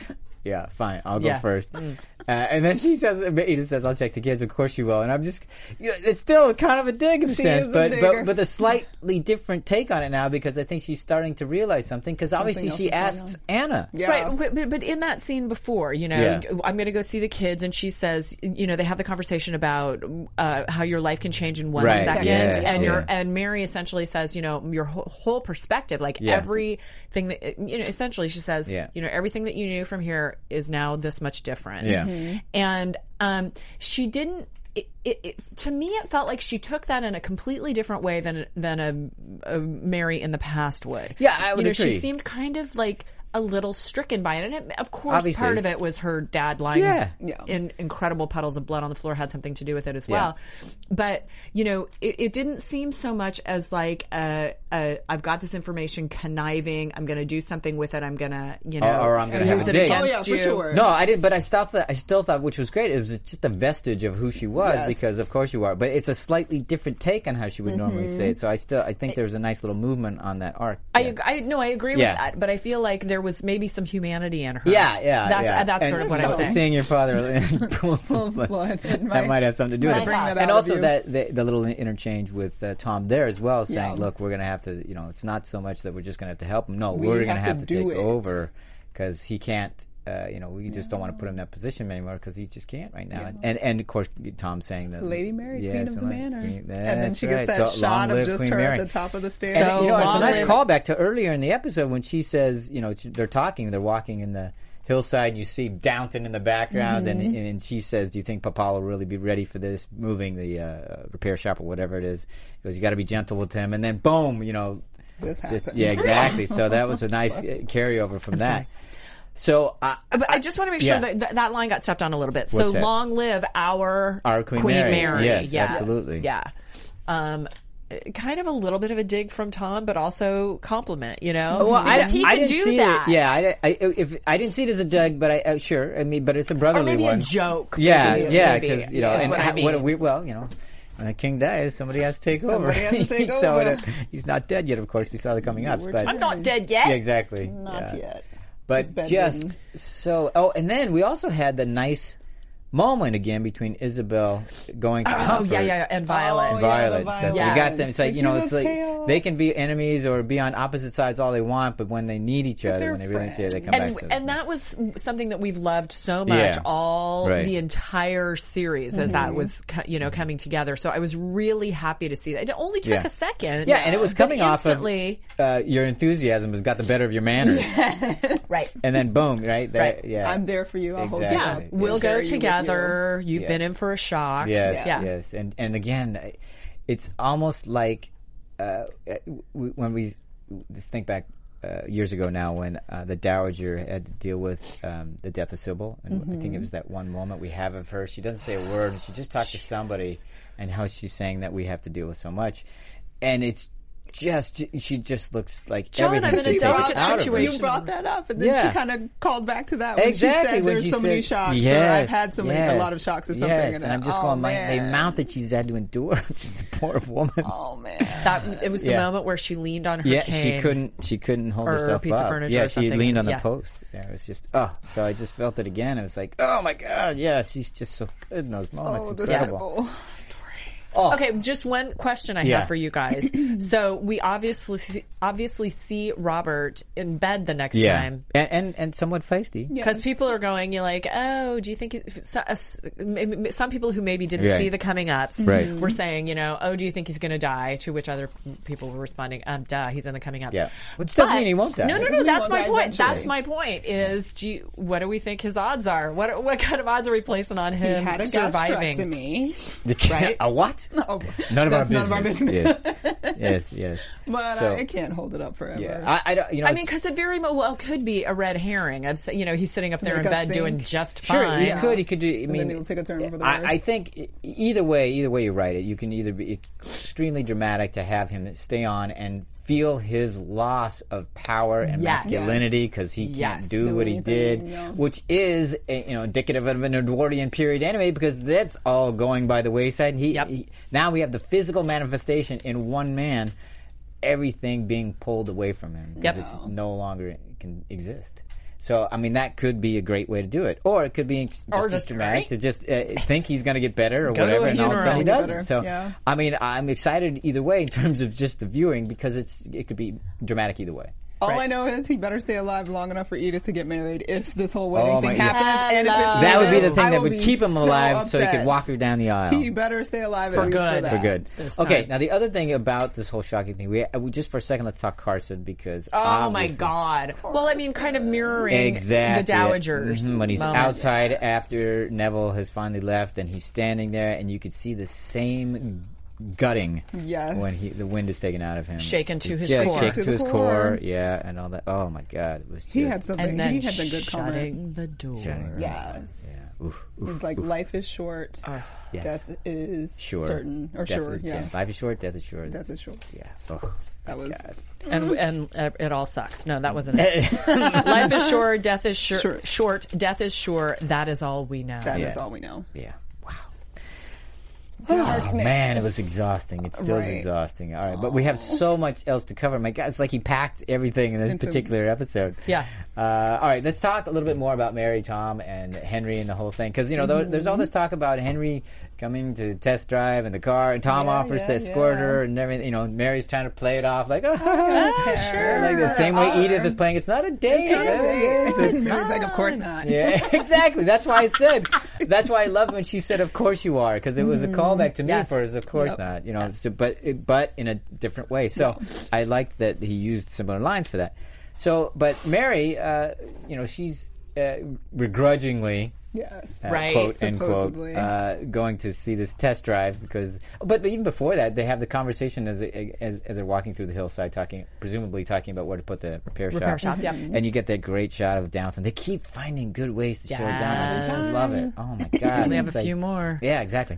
Speaker 2: "Yeah, fine, I'll go
Speaker 3: Yeah.
Speaker 2: first.
Speaker 4: Mm.
Speaker 2: Uh, and then she says, "Edith says, I'll check the kids. Of course you will." And I'm just, you know, it's still kind of a dig in a
Speaker 4: She
Speaker 2: sense,
Speaker 4: is a
Speaker 2: but but
Speaker 4: digger.
Speaker 2: but a slightly different take on it now because I think she's starting to realize something because obviously
Speaker 4: else
Speaker 2: she
Speaker 4: is going
Speaker 2: asks Anna.
Speaker 4: Yeah.
Speaker 3: Right, but, but, but in that scene before, you know,
Speaker 2: Yeah.
Speaker 3: I'm going to go see the kids, and she says, you know, they have the conversation about uh, how your life can change in one
Speaker 2: Right,
Speaker 3: second,
Speaker 2: yeah,
Speaker 3: and
Speaker 2: yeah.
Speaker 3: your and Mary essentially says, you know, your whole, whole perspective, like
Speaker 2: Yeah.
Speaker 3: everything that you know, essentially she says,
Speaker 2: Yeah.
Speaker 3: you know, everything that you knew from here is now this much different.
Speaker 2: Yeah. Mhm.
Speaker 3: and um, she didn't. It, it, it, to me, it felt like she took that in a completely different way than than a, a Mary in the past would.
Speaker 2: Yeah, I would
Speaker 3: you know,
Speaker 2: agree.
Speaker 3: She seemed kind of like a little stricken by it, and it, of course,
Speaker 2: Obviously.
Speaker 3: part of it was her dad lying
Speaker 2: Yeah.
Speaker 3: in incredible puddles of blood on the floor had something to do with it as well. But you know, it, it didn't seem so much as like a, a I've got this information conniving. I'm going to do something with it. I'm going to you know
Speaker 2: or I'm gonna have
Speaker 3: use
Speaker 2: a
Speaker 3: it
Speaker 2: dig.
Speaker 3: against
Speaker 4: Oh, yeah, for
Speaker 3: you.
Speaker 4: sure.
Speaker 2: No, I didn't. But I still thought I still thought, which was great. It was just a vestige of who she was
Speaker 4: Yes.
Speaker 2: because, of course, you are. But it's a slightly different take on how she would normally say it. So I still I think there was a nice little movement on that arc.
Speaker 3: I,
Speaker 2: Yeah.
Speaker 3: ag- I no, I agree
Speaker 2: Yeah.
Speaker 3: with that, but I feel like there was maybe some humanity in her.
Speaker 2: Yeah, yeah,
Speaker 3: That's
Speaker 2: yeah.
Speaker 3: uh, that's
Speaker 2: And
Speaker 3: sort of what I was
Speaker 2: so
Speaker 3: saying.
Speaker 2: Seeing your father in pools of blood,
Speaker 4: blood, it
Speaker 2: that
Speaker 4: might-
Speaker 2: might have something to do with
Speaker 4: might
Speaker 2: it.
Speaker 4: bring that out
Speaker 2: and
Speaker 4: of
Speaker 2: also
Speaker 4: you.
Speaker 2: that the, the little interchange with uh, Tom there as well, saying, "Look, we're going to have to. You know, it's not so much that we're just going to have to help him. No, we are going to
Speaker 4: have to
Speaker 2: have to
Speaker 4: do
Speaker 2: take
Speaker 4: it."
Speaker 2: over because he can't." Uh, you know, we just don't want to put him in that position anymore because he just can't right now. And and of course, Tom saying that
Speaker 4: Lady Mary,
Speaker 2: Yeah,
Speaker 4: Queen of the
Speaker 2: something-
Speaker 4: Manor.
Speaker 2: Queen-
Speaker 4: And then she
Speaker 2: that's right.
Speaker 4: gets that
Speaker 2: So
Speaker 4: shot
Speaker 2: long
Speaker 4: of
Speaker 2: live
Speaker 4: just
Speaker 2: Queen
Speaker 4: her
Speaker 2: Mary.
Speaker 4: at the top of the stairs.
Speaker 2: And
Speaker 3: So
Speaker 2: you know, Oh, it's a
Speaker 3: long
Speaker 2: nice
Speaker 3: live-
Speaker 2: callback to earlier in the episode when she says, you know, she- they're talking, they're walking in the hillside, and you see Downton in the background, and, and she says, "Do you think Papa will really be ready for this? Moving the uh, repair shop or whatever it is." He goes, "You got to be gentle with him," and then boom, you know,
Speaker 4: This happens.
Speaker 2: yeah, exactly. so that was a nice uh, carryover from that. So I,
Speaker 3: But I just want to make sure
Speaker 2: yeah.
Speaker 3: that that, that line got stepped on a little bit. so
Speaker 2: What's that?
Speaker 3: long live our
Speaker 2: Our Queen Mary. Yes, absolutely.
Speaker 3: Yeah. Um, kind of a little bit of a dig from Tom, but also compliment. You know,
Speaker 2: Well, I,
Speaker 3: Because he
Speaker 2: I
Speaker 3: can
Speaker 2: didn't
Speaker 3: do
Speaker 2: see
Speaker 3: that.
Speaker 2: It, yeah, I, I- if, I didn't see it as a Doug, but I uh, sure. I mean, but it's a brotherly
Speaker 3: maybe a
Speaker 2: one.
Speaker 3: joke,
Speaker 2: Yeah,
Speaker 3: maybe,
Speaker 2: yeah,
Speaker 3: maybe,
Speaker 2: because you know,
Speaker 3: is
Speaker 2: and
Speaker 3: what I
Speaker 2: ha- what a
Speaker 3: mean. Oh,
Speaker 2: weird- well, you know. When the king dies, somebody has to take
Speaker 4: Somebody
Speaker 2: over.
Speaker 4: has to take
Speaker 2: so
Speaker 4: over.
Speaker 2: it- he's not dead yet, of course. We saw the coming ups, but
Speaker 3: I'm not dead yet.
Speaker 2: yeah, exactly. yeah.
Speaker 4: Not yet. She's
Speaker 2: But just
Speaker 4: bedridden.
Speaker 2: so. Oh, and then we also had the nice moment again between Isabel going. To
Speaker 3: Oh
Speaker 2: Comfort
Speaker 3: yeah, yeah, yeah, and Violet.
Speaker 4: Oh, yeah.
Speaker 2: violence.
Speaker 4: the
Speaker 2: That's what
Speaker 3: violence.
Speaker 2: we got them. It's like
Speaker 4: But
Speaker 2: you know,
Speaker 4: you
Speaker 2: it's
Speaker 4: look
Speaker 2: like
Speaker 4: pale.
Speaker 2: they can be enemies or be on opposite sides all they want, but when they need each other,
Speaker 4: they're
Speaker 2: when they really need each other, they come
Speaker 3: and
Speaker 2: back. To
Speaker 3: and that was something that we've loved so much
Speaker 2: Yeah.
Speaker 3: all
Speaker 2: Right.
Speaker 3: the entire series as
Speaker 4: Mm-hmm.
Speaker 3: that was co- you know coming together. So I was really happy to see that. It only took
Speaker 2: Yeah.
Speaker 3: a second.
Speaker 2: yeah, and it was
Speaker 3: but
Speaker 2: coming off of
Speaker 3: instantly.
Speaker 2: uh, your enthusiasm has got the better of your manners,
Speaker 3: right.
Speaker 2: and then boom, right? There,
Speaker 3: Right.
Speaker 2: Yeah.
Speaker 4: I'm there for you. I'll hold you
Speaker 3: Yeah,
Speaker 4: up.
Speaker 2: Exactly.
Speaker 3: we'll
Speaker 4: Carry you
Speaker 3: go
Speaker 4: with you.
Speaker 3: together. You've been in for a shock.
Speaker 2: Yes,
Speaker 3: yeah.
Speaker 2: yes, and and again, I- it's almost like uh, uh, w- when we just think back uh, years ago now, when uh, the dowager had to deal with um, the death of Sybil, and I
Speaker 3: Mm-hmm.
Speaker 2: think it was that one moment we have of her. She doesn't say a word, and she just talks to somebody, and how she's saying that we have to deal with so much, and it's just she just looks like
Speaker 3: John,
Speaker 2: everything
Speaker 3: I'm in
Speaker 2: she
Speaker 3: a
Speaker 2: takes
Speaker 3: delicate
Speaker 2: out of her.
Speaker 3: situation.
Speaker 4: You brought that up, and then
Speaker 2: Yeah.
Speaker 4: she kind of called back to that when
Speaker 2: exactly.
Speaker 4: she said
Speaker 2: when
Speaker 4: there's
Speaker 2: she
Speaker 4: so many
Speaker 2: said-
Speaker 4: shocks. or
Speaker 2: Yes,
Speaker 4: I've had so many, a
Speaker 2: yes,
Speaker 4: lot of shocks or something.
Speaker 2: Yes, and I'm just
Speaker 4: oh,
Speaker 2: going, my, the
Speaker 4: man.
Speaker 2: amount that she's had to endure, just the poor woman.
Speaker 4: Oh man.
Speaker 3: That it was the
Speaker 2: Yeah.
Speaker 3: moment where she leaned on her
Speaker 2: yeah,
Speaker 3: cane.
Speaker 2: she couldn't. She couldn't hold
Speaker 3: or a
Speaker 2: herself
Speaker 3: piece of
Speaker 2: up.
Speaker 3: furniture
Speaker 2: yeah,
Speaker 3: or
Speaker 2: she
Speaker 3: something.
Speaker 2: leaned on the
Speaker 3: Yeah.
Speaker 2: post. Yeah, it was just oh. So I just felt it again. It was like oh my god, yeah, she's just so good in those moments.
Speaker 4: Oh, this is
Speaker 2: Incredible.
Speaker 4: horrible. Oh.
Speaker 3: Okay, just one question I
Speaker 2: Yeah.
Speaker 3: have for you guys. so we obviously see- obviously see Robert in bed the next
Speaker 2: Yeah,
Speaker 3: time.
Speaker 2: and and, and somewhat feisty. Yeah.
Speaker 3: Because people are going, you're like, oh, do you think it, so, uh, s- m- m- some people who maybe didn't
Speaker 2: Right.
Speaker 3: see the coming ups
Speaker 2: Right.
Speaker 3: were
Speaker 4: Mm-hmm.
Speaker 3: saying, you know, oh, do you think he's going to die? To which other p- people were responding, um, duh, he's in the coming ups.
Speaker 2: Yeah. Which doesn't
Speaker 3: But-
Speaker 2: mean he won't die.
Speaker 3: No, no,
Speaker 2: Doesn't
Speaker 3: no.
Speaker 4: mean he
Speaker 3: That's
Speaker 4: won't
Speaker 3: my
Speaker 4: die
Speaker 3: point.
Speaker 4: eventually.
Speaker 3: That's my point. Is do you, what do we think his odds are? What what kind of odds are we placing on
Speaker 4: He
Speaker 3: him
Speaker 4: had a
Speaker 3: surviving?
Speaker 4: gastrectomy.
Speaker 2: Right? a what?
Speaker 4: Oh,
Speaker 2: None of, our
Speaker 4: that's
Speaker 2: business.
Speaker 4: none of our business.
Speaker 2: yes. yes, yes.
Speaker 4: But
Speaker 2: So-
Speaker 4: uh, it can't hold it up forever.
Speaker 2: Yeah, I, I don't. You know,
Speaker 3: I mean,
Speaker 2: it's-
Speaker 3: because it very mo- well could be a red herring. Of s- you know, he's sitting up there in
Speaker 4: make us
Speaker 3: bed doing
Speaker 4: think.
Speaker 3: just
Speaker 2: Sure,
Speaker 3: fine.
Speaker 2: he could. He could do. I mean,
Speaker 4: then he'll take a turn over the
Speaker 2: I,
Speaker 4: worst.
Speaker 2: I think e- either way, either way, you're right. You can either be extremely dramatic to have him stay on and feel his loss of power and
Speaker 3: Yes.
Speaker 2: masculinity because he can't
Speaker 3: Yes.
Speaker 2: do what he did,
Speaker 4: anything, yeah.
Speaker 2: which is a, you know indicative of an Edwardian period anyway because that's all going by the wayside. He,
Speaker 3: Yep.
Speaker 2: he now we have the physical manifestation in one man. Everything being pulled away from him because
Speaker 3: Yep.
Speaker 2: it's no longer can exist. So I mean that could be a great way to do it, or it could be ex- just,
Speaker 3: Or
Speaker 2: as
Speaker 3: just,
Speaker 2: dramatic
Speaker 3: right?
Speaker 2: to just uh, think he's going to get better or
Speaker 3: Go to
Speaker 2: whatever,
Speaker 3: a
Speaker 2: and all of a
Speaker 3: funeral.
Speaker 2: sudden he
Speaker 3: Get
Speaker 4: better,
Speaker 2: doesn't. So
Speaker 4: yeah.
Speaker 2: I mean I'm excited either way in terms of just the viewing because it's it could be dramatic either way.
Speaker 4: All I know is he better stay alive long enough for Edith to get married if this whole wedding
Speaker 2: Oh, my
Speaker 4: thing
Speaker 2: God.
Speaker 4: happens. And if it's
Speaker 2: That would be
Speaker 4: Edith,
Speaker 2: the
Speaker 4: I
Speaker 2: thing that
Speaker 4: will
Speaker 2: would
Speaker 4: be
Speaker 2: keep him
Speaker 4: so
Speaker 2: alive so he could
Speaker 4: upset.
Speaker 2: walk her down the aisle.
Speaker 4: He better stay alive at least for
Speaker 3: good.
Speaker 4: that.
Speaker 2: for good.
Speaker 3: This
Speaker 2: Okay,
Speaker 3: time.
Speaker 2: now the other thing about this whole shocking thing, we, uh, we just for a second let's talk Carson because
Speaker 3: Oh my
Speaker 2: obviously-
Speaker 3: God! Well, I mean, kind of mirroring
Speaker 2: exactly
Speaker 3: the dowagers
Speaker 2: Mhm, when he's
Speaker 3: moment.
Speaker 2: outside after Neville has finally left, and he's standing there, and you could see the same gutting.
Speaker 4: Yes.
Speaker 2: when he the wind is taken out of him,
Speaker 3: Shaken to
Speaker 2: It's
Speaker 3: his
Speaker 2: just
Speaker 3: core.
Speaker 2: shaken
Speaker 4: To
Speaker 2: to
Speaker 4: the
Speaker 2: his core.
Speaker 4: core.
Speaker 2: yeah, and all that. Oh my god, it was just,
Speaker 4: He had something.
Speaker 3: and then
Speaker 4: He had the good comment.
Speaker 3: shutting the door.
Speaker 4: Yes.
Speaker 2: Yeah, oof, oof,
Speaker 4: He's like, life is short.
Speaker 2: yes.
Speaker 4: Death is
Speaker 2: sure,
Speaker 4: certain. Or
Speaker 2: Death
Speaker 4: sure,
Speaker 2: is-
Speaker 4: yeah.
Speaker 2: Life is short, death is short.
Speaker 4: Death is short.
Speaker 2: yeah. Oh, Ugh.
Speaker 4: That was
Speaker 3: and and uh, it all sucks. No, that wasn't it. Life is sure, death is sure,
Speaker 4: Sure.
Speaker 3: short, death is sure. That is all we know.
Speaker 4: that is
Speaker 2: Yeah.
Speaker 4: all we know.
Speaker 2: Yeah. Wow. Oh, man, it was exhausting. It still
Speaker 4: Right.
Speaker 2: is exhausting. All right, but we have so much else to cover. My God, it's like he packed everything in this
Speaker 4: Into-
Speaker 2: particular episode.
Speaker 3: Yeah.
Speaker 2: Uh, all right, let's talk a little bit more about Mary, Tom, and Henry and the whole thing. Because, you know, there- there's all this talk about Henry coming to test drive and the car, and Tom offers to escort her and everything. You know, Mary's trying to play it off like, sure. Like the same way Edith is playing, it's not a date. It's a
Speaker 4: Mary's like, of course not.
Speaker 2: yeah, exactly. That's why I said. That's why I love when she said, "Of course you are," because it was a callback to me
Speaker 3: Yes.
Speaker 2: for his "Of course not." You know, so, but it- but in a different way. So I liked that he used similar lines for that. So, but Mary, uh, you know, she's uh, begrudgingly
Speaker 4: Yes.
Speaker 2: uh,
Speaker 3: Right.
Speaker 2: quote end quote
Speaker 4: Supposedly.
Speaker 2: uh, going to see this test drive because but, but even before that they have the conversation as, as as they're walking through the hillside talking presumably talking about where to put the repair,
Speaker 3: Repair
Speaker 2: shop,
Speaker 3: shop, yeah.
Speaker 2: and you get that great shot of downtown they keep finding good ways to show
Speaker 3: Yes.
Speaker 2: downtown I just love it oh my god
Speaker 3: They have
Speaker 2: It's
Speaker 3: a
Speaker 2: like-
Speaker 3: few more.
Speaker 2: yeah exactly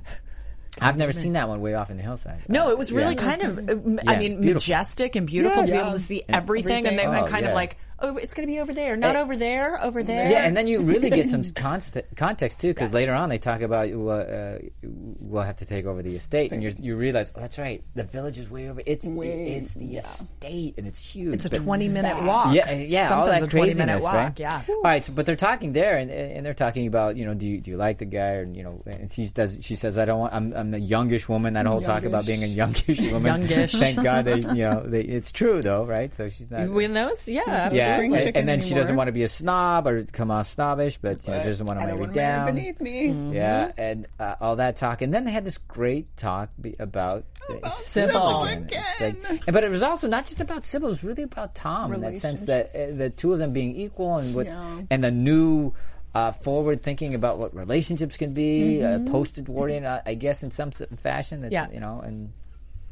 Speaker 2: I've never seen that one way off in the hillside
Speaker 3: No,
Speaker 2: Uh,
Speaker 3: it was really
Speaker 2: yeah.
Speaker 3: kind of, uh, m- I
Speaker 2: Yeah,
Speaker 3: mean,
Speaker 2: beautiful.
Speaker 3: majestic and beautiful to be
Speaker 4: Yes.
Speaker 3: able to see everything, and they
Speaker 4: Everything.
Speaker 3: went
Speaker 2: Oh,
Speaker 3: kind
Speaker 2: yeah.
Speaker 3: of like, oh, it's going to be over there, not
Speaker 2: Eh.
Speaker 3: over there, over there.
Speaker 2: Yeah, and then you really get some const- context too, because later on they talk about uh, uh, we'll have to take over the estate, and you you realize, oh, that's right, the village is way over. It's
Speaker 4: Way-
Speaker 2: it's the estate, and it's huge.
Speaker 3: it's a
Speaker 2: but-
Speaker 3: twenty-minute walk.
Speaker 2: Yeah, yeah, all
Speaker 3: Sometimes
Speaker 2: that
Speaker 3: a twenty-minute
Speaker 2: craziness,
Speaker 3: walk.
Speaker 2: right?
Speaker 3: Yeah.
Speaker 2: All right, so, but they're talking there, and and they're talking about you know, do you do you like the guy, and you know, and she does she says, I don't want, I'm I'm a youngish woman. That whole talk about being a youngish woman.
Speaker 3: Youngish.
Speaker 2: Thank God they you know they, it's true though, right? So she's not
Speaker 3: We those, yeah,
Speaker 2: yeah,
Speaker 3: absolutely.
Speaker 4: spring
Speaker 2: and,
Speaker 4: chicken
Speaker 2: and then she
Speaker 4: anymore.
Speaker 2: doesn't want to be a snob or come off snobbish, but you know, doesn't want to
Speaker 4: I don't
Speaker 2: wear
Speaker 4: want
Speaker 2: it
Speaker 4: to marry
Speaker 2: down.
Speaker 4: beneath me.
Speaker 3: Mm.
Speaker 2: Yeah,
Speaker 4: Mm-hmm.
Speaker 2: and uh, all that talk, and then they had this great talk be- about, uh,
Speaker 3: Sybil
Speaker 2: and it's like- and- but it was also not just about Sybil; it was really about Tom in that sense that uh, the two of them being equal and what
Speaker 4: Yeah.
Speaker 2: and the new. Uh, forward thinking about what relationships can be,
Speaker 4: Mm-hmm.
Speaker 2: uh, posted warning, uh, I guess, in some s- fashion. That's,
Speaker 3: Yeah.
Speaker 2: you know, and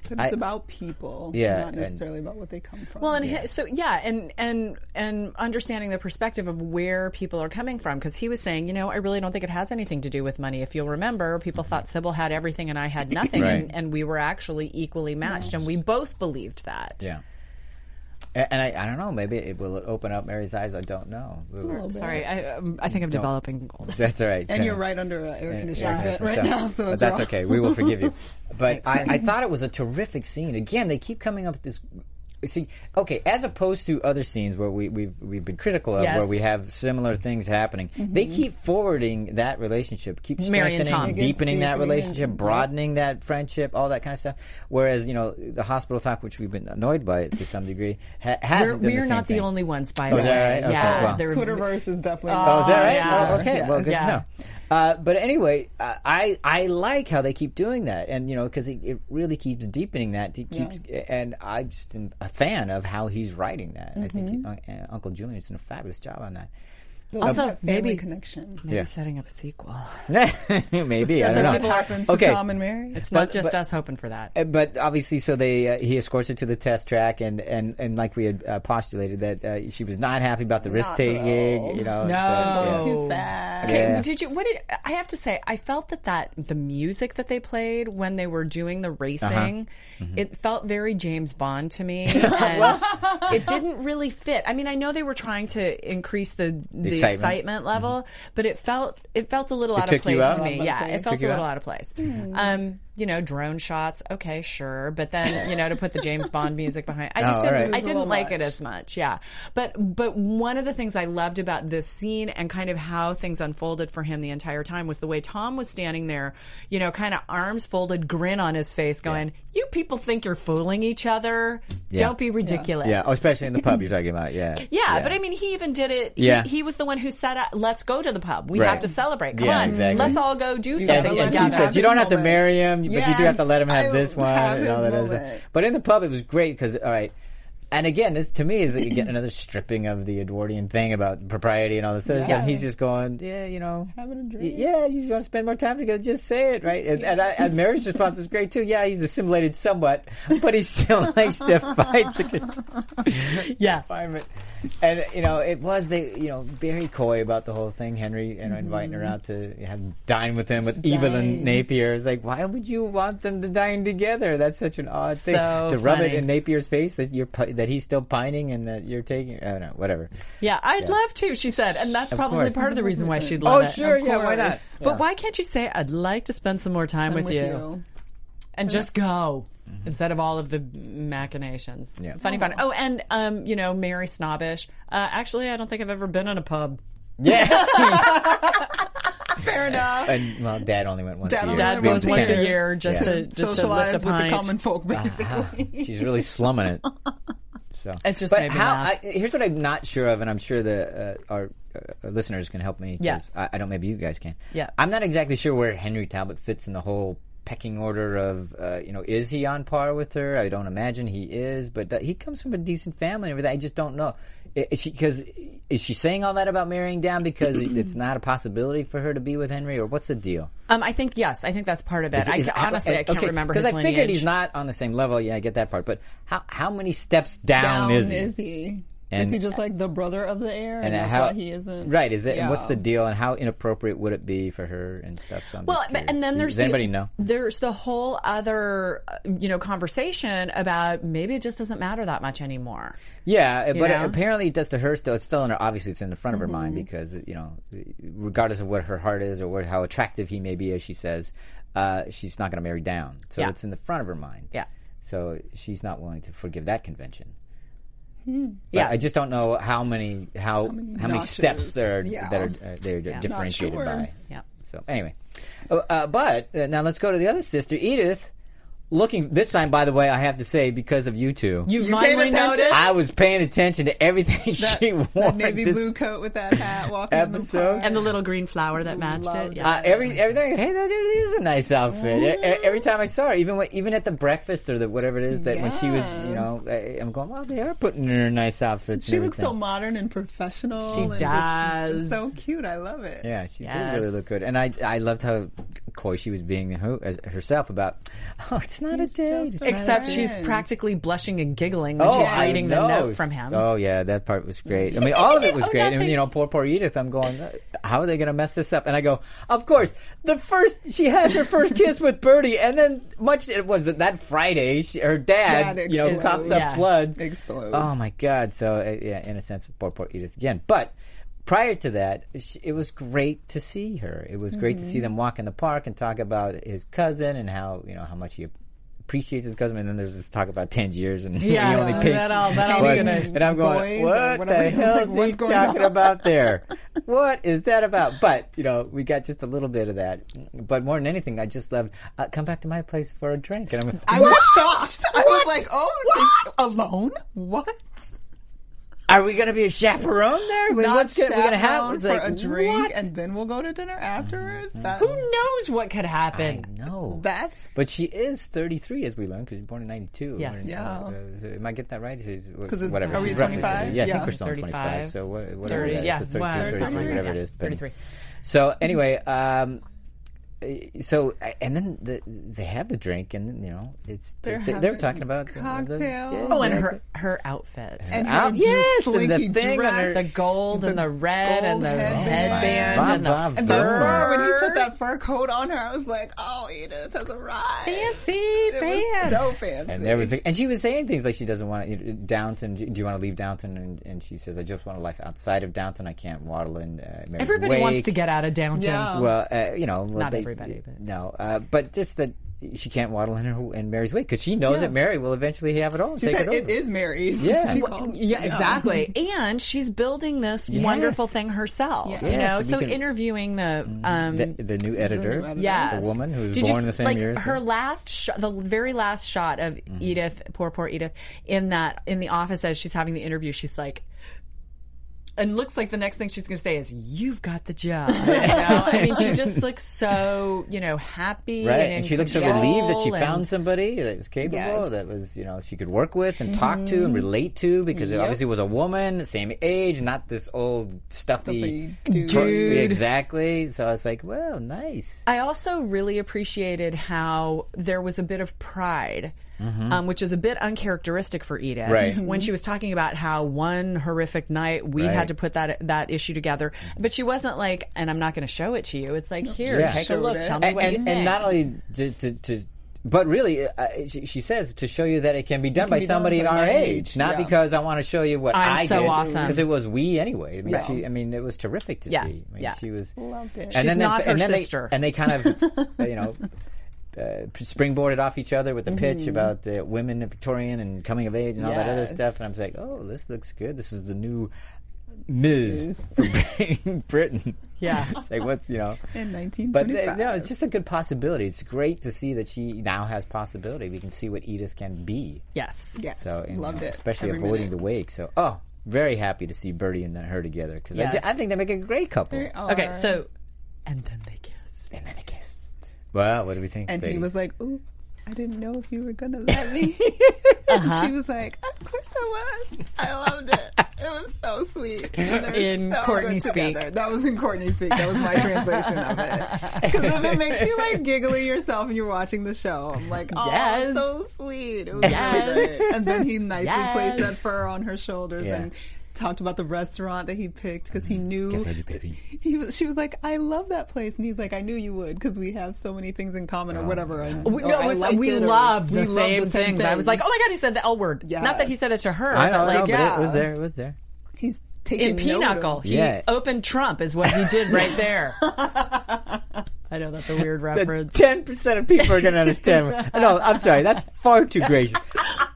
Speaker 4: But
Speaker 2: I-
Speaker 4: it's about people,
Speaker 2: Yeah,
Speaker 4: not
Speaker 2: and-
Speaker 4: necessarily about what they come from.
Speaker 3: Well, and hi- so yeah, and and and understanding the perspective of where people are coming from, because he was saying, you know, I really don't think it has anything to do with money. If you'll remember, people thought Sybil had everything and I had nothing,
Speaker 2: Right.
Speaker 3: and, and we were actually equally matched, and we both believed that.
Speaker 2: Yeah. A- And I, I don't know. Maybe it will it open up Mary's eyes. I don't know. We were-
Speaker 3: Sorry, I um, I think I'm developing.
Speaker 2: That's all right.
Speaker 4: And you're right under an air conditioning vent right
Speaker 2: So-
Speaker 4: now, so
Speaker 2: but
Speaker 4: it's
Speaker 2: that's
Speaker 4: wrong.
Speaker 2: okay. We will forgive you. But I, I thought it was a terrific scene. Again, they keep coming up with this. See, okay, as opposed to other scenes where we, we've we've been critical of,
Speaker 3: Yes.
Speaker 2: where we have similar things happening, they keep forwarding that relationship, keep
Speaker 3: Mary and
Speaker 2: strengthening,
Speaker 3: Tom.
Speaker 2: deepening that
Speaker 4: Deepening
Speaker 2: relationship,
Speaker 4: it.
Speaker 2: broadening that friendship, all that kind of stuff. Whereas, you know, the hospital talk, which we've been annoyed by it to some degree, ha- hasn't done the
Speaker 3: We're, we're
Speaker 2: same
Speaker 3: not the
Speaker 2: thing.
Speaker 3: only ones, by
Speaker 2: Oh,
Speaker 3: the way.
Speaker 2: is that right? Okay,
Speaker 3: Yeah,
Speaker 2: well.
Speaker 3: there-
Speaker 4: Twitterverse is definitely.
Speaker 2: Oh, is that right?
Speaker 3: yeah.
Speaker 2: Oh, okay. Well, good
Speaker 3: Yeah.
Speaker 2: to know. Uh, but anyway, uh, I I like how they keep doing that, and you know, because it, it really keeps deepening that. It keeps, and I'm just an- a fan of how he's writing that. I think he, uh, Uncle Julian's done a fabulous job on that.
Speaker 3: Also,
Speaker 4: That family
Speaker 3: maybe-
Speaker 4: connection.
Speaker 3: Maybe
Speaker 2: Yeah.
Speaker 3: setting up a sequel.
Speaker 2: Maybe I
Speaker 4: That's
Speaker 2: don't
Speaker 4: what
Speaker 2: know.
Speaker 4: happens
Speaker 2: okay,
Speaker 4: to Tom and Mary.
Speaker 3: It's not
Speaker 2: But-
Speaker 3: just
Speaker 2: but-
Speaker 3: us hoping for that.
Speaker 2: Uh, but obviously, so they uh, he escorts her to the test track, and and and like we had uh, postulated that uh, she was not happy about the risk taking. You know,
Speaker 3: No.
Speaker 2: so, yeah.
Speaker 4: Too fast.
Speaker 3: Oh. Okay,
Speaker 2: Yeah.
Speaker 3: did you? What did I have to say? I felt that that the music that they played when they were doing
Speaker 2: Uh-huh.
Speaker 3: the racing,
Speaker 2: Mm-hmm.
Speaker 3: it felt very James Bond to me, and it didn't really fit. I mean, I know they were trying to increase the
Speaker 2: excitement.
Speaker 3: the
Speaker 2: Mm-hmm.
Speaker 3: excitement, level, but it felt it felt a little out
Speaker 2: took
Speaker 3: of
Speaker 2: you
Speaker 3: place
Speaker 2: out?
Speaker 3: to me.
Speaker 2: Out
Speaker 3: Yeah, it felt
Speaker 2: Took
Speaker 3: a
Speaker 2: you
Speaker 3: little
Speaker 2: out? Mm-hmm.
Speaker 3: out, of place. Um, you know, drone shots, okay, sure, but then you know to put the James Bond music behind, I just
Speaker 2: Oh, all
Speaker 3: didn't,
Speaker 2: right.
Speaker 3: I
Speaker 4: It was a little
Speaker 3: didn't like it
Speaker 4: much.
Speaker 3: as much. Yeah, but but one of the things I loved about this scene and kind of how things unfolded for him the entire time was the way Tom was standing there, you know, kind of arms folded, grin on his face, going, "You people think you're fooling each other. Don't be ridiculous."
Speaker 2: yeah, oh, especially in the pub you're talking about. Yeah,
Speaker 3: Yeah, but I mean, he even did it. He,
Speaker 2: Yeah.
Speaker 3: he was the one who said, uh, "Let's go to the pub. We
Speaker 2: Right.
Speaker 3: have to celebrate. Come
Speaker 2: Yeah,
Speaker 3: on,
Speaker 2: exactly.
Speaker 3: let's all go do
Speaker 2: And,
Speaker 3: something
Speaker 4: But
Speaker 2: and she
Speaker 4: let him
Speaker 3: together."
Speaker 2: says,
Speaker 4: have
Speaker 2: "You
Speaker 4: his
Speaker 2: don't have to
Speaker 4: moment."
Speaker 2: marry him, but you do have to let him
Speaker 4: Yes,
Speaker 2: have
Speaker 4: I
Speaker 2: this
Speaker 4: will
Speaker 2: one
Speaker 4: have
Speaker 2: and all
Speaker 4: his
Speaker 2: that other stuff."
Speaker 4: moment.
Speaker 2: But in the pub, it was great because all right. And again, this to me is that you get another stripping of the Edwardian thing about propriety and all this other stuff. And he's just going, yeah, you know,
Speaker 4: Having a drink.
Speaker 2: y- yeah, you want to spend more time together, just say it, right? And, and, I, and Mary's response was great too. Yeah, he's assimilated somewhat, but he still likes to fight the
Speaker 3: "Yeah,
Speaker 2: environment. And you know, it was they, you know, very coy about the whole thing. Henry, you know, inviting
Speaker 3: Mm-hmm.
Speaker 2: her out to have dine with him with Evelyn Napier. It's like, why would you want them to dine together? That's such an odd thing
Speaker 3: So
Speaker 2: to rub it
Speaker 3: funny.
Speaker 2: in Napier's face that you're pl- that that he's still pining and that you're taking. I don't know, whatever.
Speaker 3: Yeah, I'd love to, she said. And that's probably
Speaker 2: course.
Speaker 3: part of the reason why she'd love
Speaker 2: Oh,
Speaker 3: it.
Speaker 2: sure,
Speaker 3: Of
Speaker 2: yeah, why not?
Speaker 3: course. But why can't you say, I'd like to spend some more time with, you, and just go instead of all of the machinations?
Speaker 2: Yeah.
Speaker 3: Funny, funny. Mm-hmm. Oh, and, um, you know, Mary Snobbish. Uh, actually, I don't think I've ever been in a pub.
Speaker 2: Yeah.
Speaker 4: Fair enough.
Speaker 2: and well, Dad only went once.
Speaker 4: Dad
Speaker 2: a year.
Speaker 4: only
Speaker 3: Dad
Speaker 4: went
Speaker 3: goes once a year just
Speaker 2: Yeah.
Speaker 3: to just to lift
Speaker 4: Socialize
Speaker 3: a
Speaker 4: with the
Speaker 3: pint.
Speaker 4: common folk, basically.
Speaker 2: She's really slumming it. So
Speaker 3: It just
Speaker 2: but
Speaker 3: made me
Speaker 2: how?
Speaker 3: laugh.
Speaker 2: I, here's what I'm not sure of, and I'm sure the uh, our uh, listeners can help me. 'cause
Speaker 3: Yeah.
Speaker 2: I, I don't. Maybe you guys can.
Speaker 3: Yeah.
Speaker 2: I'm not exactly sure where Henry Talbot fits in the whole pecking order of uh, you know is he on par with her? I don't imagine he is, but that- he comes from a decent family and everything. I just don't know. I- Is she because is she saying all that about marrying down because it's not a possibility for her to be with Henry, or what's the deal?
Speaker 3: Um, I think yes. I think that's part of it. I
Speaker 2: Is-
Speaker 3: ca-
Speaker 2: how-
Speaker 3: honestly I can't
Speaker 2: okay,
Speaker 3: remember his
Speaker 2: I figured
Speaker 3: lineage.
Speaker 2: he's not on the same level. Yeah, I get that part. But how how many steps down,
Speaker 4: Down
Speaker 2: is he?
Speaker 4: is he?
Speaker 2: And-
Speaker 4: is he just like the brother of the heir? And,
Speaker 2: uh,
Speaker 4: that's
Speaker 2: how-
Speaker 4: why he isn't.
Speaker 2: Right? Is it? and What's
Speaker 4: Yeah.
Speaker 2: the deal? And how inappropriate would it be for her and stuff? So I'm
Speaker 3: Well,
Speaker 2: just
Speaker 3: but,
Speaker 2: curious.
Speaker 3: and then there's
Speaker 2: does anybody
Speaker 3: the,
Speaker 2: know?
Speaker 3: There's the whole other, uh, you know, conversation about maybe it just doesn't matter that much anymore.
Speaker 2: Yeah, uh, but
Speaker 3: know?
Speaker 2: apparently it does to her still. It's still in her. Obviously, it's in the front of her mind because you know, regardless of what her heart is or what, how attractive he may be, as she says, uh, she's not going to marry down. So
Speaker 3: Yeah.
Speaker 2: it's in the front of her mind.
Speaker 3: Yeah.
Speaker 2: So she's not willing to forgive that convention. But
Speaker 3: Yeah.
Speaker 2: I just don't know how many how how many,
Speaker 4: notches.
Speaker 2: steps there are
Speaker 4: Yeah.
Speaker 2: that are uh, they're differentiated
Speaker 4: Not sure.
Speaker 2: by.
Speaker 3: Yeah.
Speaker 2: So anyway, uh, uh, but uh, now let's go to the other sister, Edith. Looking this time, by the way, I have to say because of you two,
Speaker 3: You,
Speaker 4: paid
Speaker 3: finally
Speaker 4: attention?
Speaker 3: noticed.
Speaker 2: I was paying attention to everything she wore.
Speaker 4: That navy
Speaker 2: this-
Speaker 4: blue coat with that hat walking
Speaker 2: episode.
Speaker 4: in the park.
Speaker 3: and the little green flower that matched it. Yeah.
Speaker 2: Uh, every everything. Hey, that really is a nice outfit. E- e- Every time I saw her, even when, even at the breakfast or the whatever it is that when she was, you know, I, I'm going. Well, they are putting her in nice outfits.
Speaker 4: she
Speaker 2: and
Speaker 4: looks so
Speaker 2: everything."
Speaker 4: modern and professional.
Speaker 3: She
Speaker 4: and just-
Speaker 3: does.
Speaker 4: so cute. I love it.
Speaker 2: Yeah, she
Speaker 3: Yes.
Speaker 2: did really look good, and I I loved how coy she was being her, as, herself about. Oh, it's not a date. It's not a
Speaker 3: Except
Speaker 2: date."
Speaker 3: she's practically blushing and giggling when she's
Speaker 2: Oh, I
Speaker 3: reading the
Speaker 2: know.
Speaker 3: note from him.
Speaker 2: Oh yeah, that part was great. I mean, all of it was
Speaker 3: Oh,
Speaker 2: great. And
Speaker 3: nothing.
Speaker 2: you know, poor poor Edith. I'm going. How are they going to mess this up? And I go, of course. The first she has her first kiss with Bertie, and then much it was that Friday. She, her dad,
Speaker 4: That
Speaker 2: you know,
Speaker 4: explodes.
Speaker 2: cops up
Speaker 3: Yeah.
Speaker 2: flood.
Speaker 4: Explodes.
Speaker 2: Oh my god. So uh, yeah, in a sense, poor poor Edith again. But. Prior to that, sh it was great to see her. It was great to
Speaker 4: Mm-hmm.
Speaker 2: see them walk in the park and talk about his cousin and how you know how much he appreciates his cousin. And then there's this talk about Tangiers and
Speaker 3: Yeah,
Speaker 2: he only
Speaker 3: that
Speaker 2: picks
Speaker 3: all- that all
Speaker 2: what-
Speaker 3: is gonna-
Speaker 2: and I'm going,
Speaker 4: boys or
Speaker 2: what
Speaker 4: whatever.
Speaker 2: the
Speaker 4: It's
Speaker 2: hell
Speaker 4: like,
Speaker 2: is he
Speaker 4: what's going
Speaker 2: talking
Speaker 4: on?"
Speaker 2: about there? What is that about? But you know, we got just a little bit of that. But more than anything, I just loved. Uh, come back to my place for a drink, and I'm.
Speaker 4: I was shocked. I was like, oh, what? alone? What?
Speaker 2: Are we going to be a chaperone there? Like,
Speaker 4: Not
Speaker 2: what's going to happen?
Speaker 4: chaperone
Speaker 2: It's
Speaker 4: for
Speaker 2: like,
Speaker 4: a drink,
Speaker 2: what? Mm-hmm.
Speaker 4: and then we'll go to dinner afterwards. That,
Speaker 3: Who knows what could happen?
Speaker 2: no.
Speaker 4: That's
Speaker 2: But she is 33, as we learned, because she's born in 92.
Speaker 3: Yes.
Speaker 2: Or-
Speaker 4: Yeah.
Speaker 2: uh, uh, am I getting that right? Because
Speaker 4: 'Cause it's-
Speaker 2: whatever.
Speaker 4: are we
Speaker 2: She's roughly
Speaker 4: 25?
Speaker 2: 30. Yeah, I
Speaker 4: Yeah.
Speaker 2: think we're still in
Speaker 3: 35,
Speaker 2: 25. So what, whatever
Speaker 3: 30,
Speaker 2: that is,
Speaker 3: yeah.
Speaker 2: so 32,
Speaker 3: Wow,
Speaker 2: 33,
Speaker 3: something
Speaker 2: whatever
Speaker 3: like
Speaker 2: it
Speaker 3: that.
Speaker 2: is. but-
Speaker 3: 33.
Speaker 2: So anyway, um, uh, so uh, and then the, they have the drink, and you know, it's
Speaker 4: They're
Speaker 2: just, they- they're
Speaker 4: having
Speaker 2: talking about the- the-
Speaker 4: cocktails.
Speaker 2: yeah,
Speaker 3: Oh, and
Speaker 2: the-
Speaker 3: her her outfit.
Speaker 4: and
Speaker 2: out-
Speaker 4: her
Speaker 2: yes, and the
Speaker 4: slinky
Speaker 2: thing
Speaker 4: dress.
Speaker 2: on her-
Speaker 3: the gold and the red and
Speaker 4: gold
Speaker 3: the
Speaker 4: headband.
Speaker 3: headband
Speaker 2: Bah,
Speaker 3: and
Speaker 2: bah,
Speaker 3: the
Speaker 4: And the
Speaker 2: bah.
Speaker 4: fur,
Speaker 2: Fur.
Speaker 4: when he put that fur coat on her, I was like, oh, Edith has arrived.
Speaker 3: fancy
Speaker 4: It was
Speaker 3: pants.
Speaker 4: so fancy.
Speaker 2: And there was, a, and she was saying things like she doesn't want to, Downton. Do you want to leave Downton? And, and she says, I just want a life outside of Downton. I can't waddle in. Uh, Mary's
Speaker 3: Everybody
Speaker 2: wake.
Speaker 3: wants to get out of downtown.
Speaker 4: Yeah.
Speaker 2: Well, uh, you know,
Speaker 3: Not everybody, but-
Speaker 2: no, uh, but just that she can't waddle in her in Mary's wake because she knows that Mary will eventually have it all. And
Speaker 4: she
Speaker 2: take
Speaker 4: said,
Speaker 2: it,
Speaker 4: it
Speaker 2: over.
Speaker 4: is Mary's.
Speaker 2: Yeah.
Speaker 4: She
Speaker 2: Well,
Speaker 4: called-
Speaker 3: Yeah, exactly. And she's building this
Speaker 2: Yes.
Speaker 3: wonderful thing herself.
Speaker 4: Yes.
Speaker 3: You
Speaker 2: Yes,
Speaker 3: know,
Speaker 2: and we
Speaker 3: so
Speaker 2: can-
Speaker 3: interviewing the um
Speaker 2: the, the new editor,
Speaker 4: editor.
Speaker 3: yes.
Speaker 2: the woman who was
Speaker 3: Did you
Speaker 2: born
Speaker 3: s-
Speaker 2: the same
Speaker 3: like,
Speaker 2: year. as Mm-hmm.
Speaker 3: Her
Speaker 2: her.
Speaker 3: last shot, the very last shot of Edith, poor poor Edith, in that in the office as she's having the interview, she's like and looks like the next thing she's going to say is "You've got the job." You know? I mean, she just looks so you know happy,
Speaker 2: Right,
Speaker 3: and,
Speaker 2: and
Speaker 3: in
Speaker 2: she looked so
Speaker 3: control
Speaker 2: relieved that she
Speaker 3: and-
Speaker 2: found somebody that was capable,
Speaker 4: Yes.
Speaker 2: that was you know she could work with and talk to
Speaker 3: Mm-hmm.
Speaker 2: and relate to because it obviously was a woman, the same age, not this old stuffy
Speaker 4: Stuffy dude.
Speaker 2: per-
Speaker 3: Dude.
Speaker 2: Exactly. So I was like, well, nice.
Speaker 3: I also really appreciated how there was a bit of pride, um, which is a bit uncharacteristic for Edith.
Speaker 2: Mm-hmm. Right.
Speaker 3: When she was talking about how one horrific night we
Speaker 2: Right.
Speaker 3: had to put that that issue together, but she wasn't like, "And I'm not going to show it to you." It's like, "Here,
Speaker 2: Yeah.
Speaker 3: take a
Speaker 4: Showed
Speaker 3: look.
Speaker 4: it.
Speaker 3: Tell me
Speaker 2: And,
Speaker 3: what you
Speaker 2: and,
Speaker 3: think."
Speaker 2: and not only to, to, to But really, uh, uh, she, she says to show you that it can be done by
Speaker 4: be done
Speaker 2: somebody
Speaker 4: by
Speaker 2: our
Speaker 4: my
Speaker 2: age,
Speaker 4: age,
Speaker 2: not
Speaker 4: yeah.
Speaker 2: because I want to show you what
Speaker 3: I'm
Speaker 2: I
Speaker 3: so
Speaker 2: did,
Speaker 3: awesome.
Speaker 2: because it was we anyway. I mean,
Speaker 4: Right.
Speaker 2: she, I mean, it was terrific to
Speaker 3: Yeah,
Speaker 2: see. I mean,
Speaker 3: yeah.
Speaker 2: she was
Speaker 4: Loved it.
Speaker 2: And
Speaker 4: She's
Speaker 2: then they-
Speaker 3: not her
Speaker 2: and then they-
Speaker 3: sister.
Speaker 2: and they kind of, uh, you know. Uh, springboarded off each other with the
Speaker 3: Mm-hmm.
Speaker 2: pitch about the women of Victorian and coming of age and all that other
Speaker 4: Yes.
Speaker 2: stuff, and I'm like, oh, this looks good. This is the new Ms. from Britain.
Speaker 3: Yeah.
Speaker 2: it's like what you know.
Speaker 4: in
Speaker 2: But uh,
Speaker 4: 1925.
Speaker 2: no, it's just a good possibility. It's great to see that she now has possibility. We can see what Edith can be.
Speaker 3: Yes.
Speaker 4: yes,
Speaker 2: So and,
Speaker 4: loved
Speaker 2: you know,
Speaker 4: it.
Speaker 2: especially
Speaker 4: Every
Speaker 2: avoiding
Speaker 4: minute.
Speaker 2: the wake. So oh, very happy to see Bertie and then her together because I,
Speaker 3: Yes.
Speaker 2: d- I think they make a great couple.
Speaker 4: They are.
Speaker 3: Okay, so and then they kiss.
Speaker 2: And then they kissed. Well, what do we think?
Speaker 4: and he
Speaker 2: ladies?
Speaker 4: was like, "Ooh, I didn't know if you were gonna let me."
Speaker 3: Uh-huh.
Speaker 4: and she was like, "Of course I was. I loved it. It was so sweet." And they were
Speaker 3: In
Speaker 4: so good
Speaker 3: Courtney
Speaker 4: together.
Speaker 3: speak.
Speaker 4: That was in Courtney speak. That was my translation of it. Because if it makes you like giggly yourself and you're watching the show, I'm like, "Oh,
Speaker 3: Yes.
Speaker 4: so sweet." It was
Speaker 3: Yes.
Speaker 4: really great. And then he nicely
Speaker 3: Yes.
Speaker 4: placed that fur on her shoulders
Speaker 2: Yeah.
Speaker 4: and. Talked about the restaurant that he picked because he knew
Speaker 2: Get ready, baby.
Speaker 4: he was, she was like, I love that place. And he's like, I knew you would because we have so many things in common
Speaker 2: Oh,
Speaker 4: or whatever. And,
Speaker 3: We,
Speaker 4: or
Speaker 3: no,
Speaker 4: Oh, I
Speaker 3: it's-
Speaker 4: liked
Speaker 3: we
Speaker 4: it, or
Speaker 3: love
Speaker 4: we
Speaker 3: the, same things. I was like, oh my god, he said the L word.
Speaker 4: Yes.
Speaker 3: Not that he said it to her,
Speaker 2: I don't
Speaker 3: but like
Speaker 2: know,
Speaker 3: yeah.
Speaker 2: but it was there. It was there.
Speaker 4: he's taking
Speaker 3: in
Speaker 4: note of-
Speaker 3: Pinochle, he
Speaker 2: Yeah.
Speaker 3: opened Trump is what he did right there. I know that's a weird reference.
Speaker 2: Ten percent of people are going to understand. no, I'm sorry. That's far too gracious.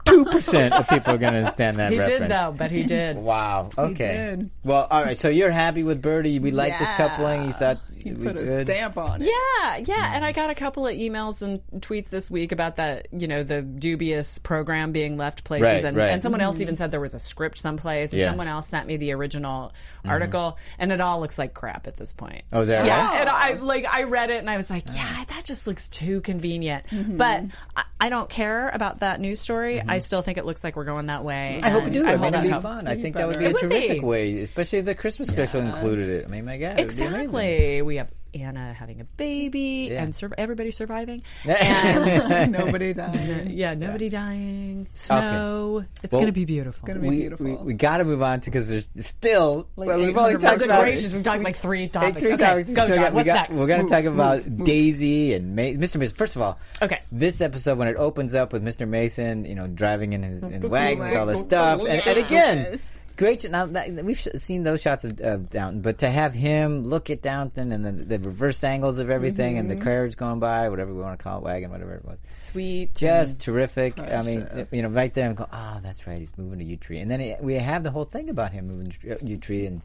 Speaker 2: Two percent of people are going to understand that.
Speaker 3: He
Speaker 2: reference.
Speaker 3: did though, but he did.
Speaker 2: Wow. Okay.
Speaker 4: did.
Speaker 2: Well, all right. So you're happy with Birdie. We like this
Speaker 4: Yeah.
Speaker 2: coupling. You thought
Speaker 4: He
Speaker 2: we
Speaker 4: put a
Speaker 2: good.
Speaker 4: stamp on it.
Speaker 3: Yeah, yeah. And I
Speaker 2: Mm-hmm.
Speaker 3: got a couple of emails and tweets this week about that, you know, the dubious program being left places.
Speaker 2: Right,
Speaker 3: and,
Speaker 2: right.
Speaker 3: and someone else
Speaker 2: Mm.
Speaker 3: even said there was a script someplace. And
Speaker 2: Yeah. Mm-hmm.
Speaker 3: someone else sent me the original article. And it all looks like crap at this point.
Speaker 2: Oh, is that
Speaker 3: Yeah.
Speaker 2: right? Mm.
Speaker 3: And I, like, I read it and I was like, yeah, that just looks too convenient.
Speaker 2: Mm-hmm.
Speaker 3: But I, I don't care about that news story. I still think it looks like we're going that way.
Speaker 2: I hope you
Speaker 3: and
Speaker 2: do. I, mean,
Speaker 3: hold
Speaker 2: it'd
Speaker 3: out
Speaker 2: be
Speaker 3: hope.
Speaker 2: fun. I think that would be
Speaker 4: better.
Speaker 2: a
Speaker 3: It would
Speaker 2: terrific
Speaker 3: be.
Speaker 2: way, especially if the Christmas special included it. I mean, my God, it would be amazing.
Speaker 3: Exactly. We have Anna having a baby and sur- everybody surviving.
Speaker 4: Nobody died.
Speaker 3: Yeah, nobody dying. Snow. It's
Speaker 2: Well-
Speaker 3: going to be beautiful.
Speaker 4: Gonna be
Speaker 2: We,
Speaker 4: beautiful.
Speaker 2: we, we got to move on to because there's still well, we've only
Speaker 4: 800
Speaker 2: talked
Speaker 3: Good
Speaker 2: about
Speaker 3: gracious, we've talked like three
Speaker 2: Hey,
Speaker 3: topics.
Speaker 2: three
Speaker 3: okay,
Speaker 2: topics.
Speaker 3: go,
Speaker 2: So
Speaker 3: John.
Speaker 2: got- we
Speaker 3: What's
Speaker 2: got,
Speaker 3: next?
Speaker 2: We're going to talk about Daisy and Ma- Mr. Mason. First of all,
Speaker 3: Okay.
Speaker 2: this episode when it opens up with Mr. Mason, you know, driving in his in the
Speaker 4: boop,
Speaker 2: wagon with all this
Speaker 4: boop, boop,
Speaker 2: stuff,
Speaker 4: boop,
Speaker 2: and,
Speaker 4: boop,
Speaker 2: and
Speaker 4: boop.
Speaker 2: again.
Speaker 4: Yes.
Speaker 2: Great. sh- Now that, we've sh- seen those shots of, of Downton, but to have him look at Downton and the, the reverse angles of everything, and the carriage going by, whatever we want to call it, wagon, whatever it was,
Speaker 3: Sweet.
Speaker 2: just terrific. I mean, th- you know, right there, I'm going, oh, that's right, he's moving to U Tree. And then it, we have the whole thing about him moving to U Tree and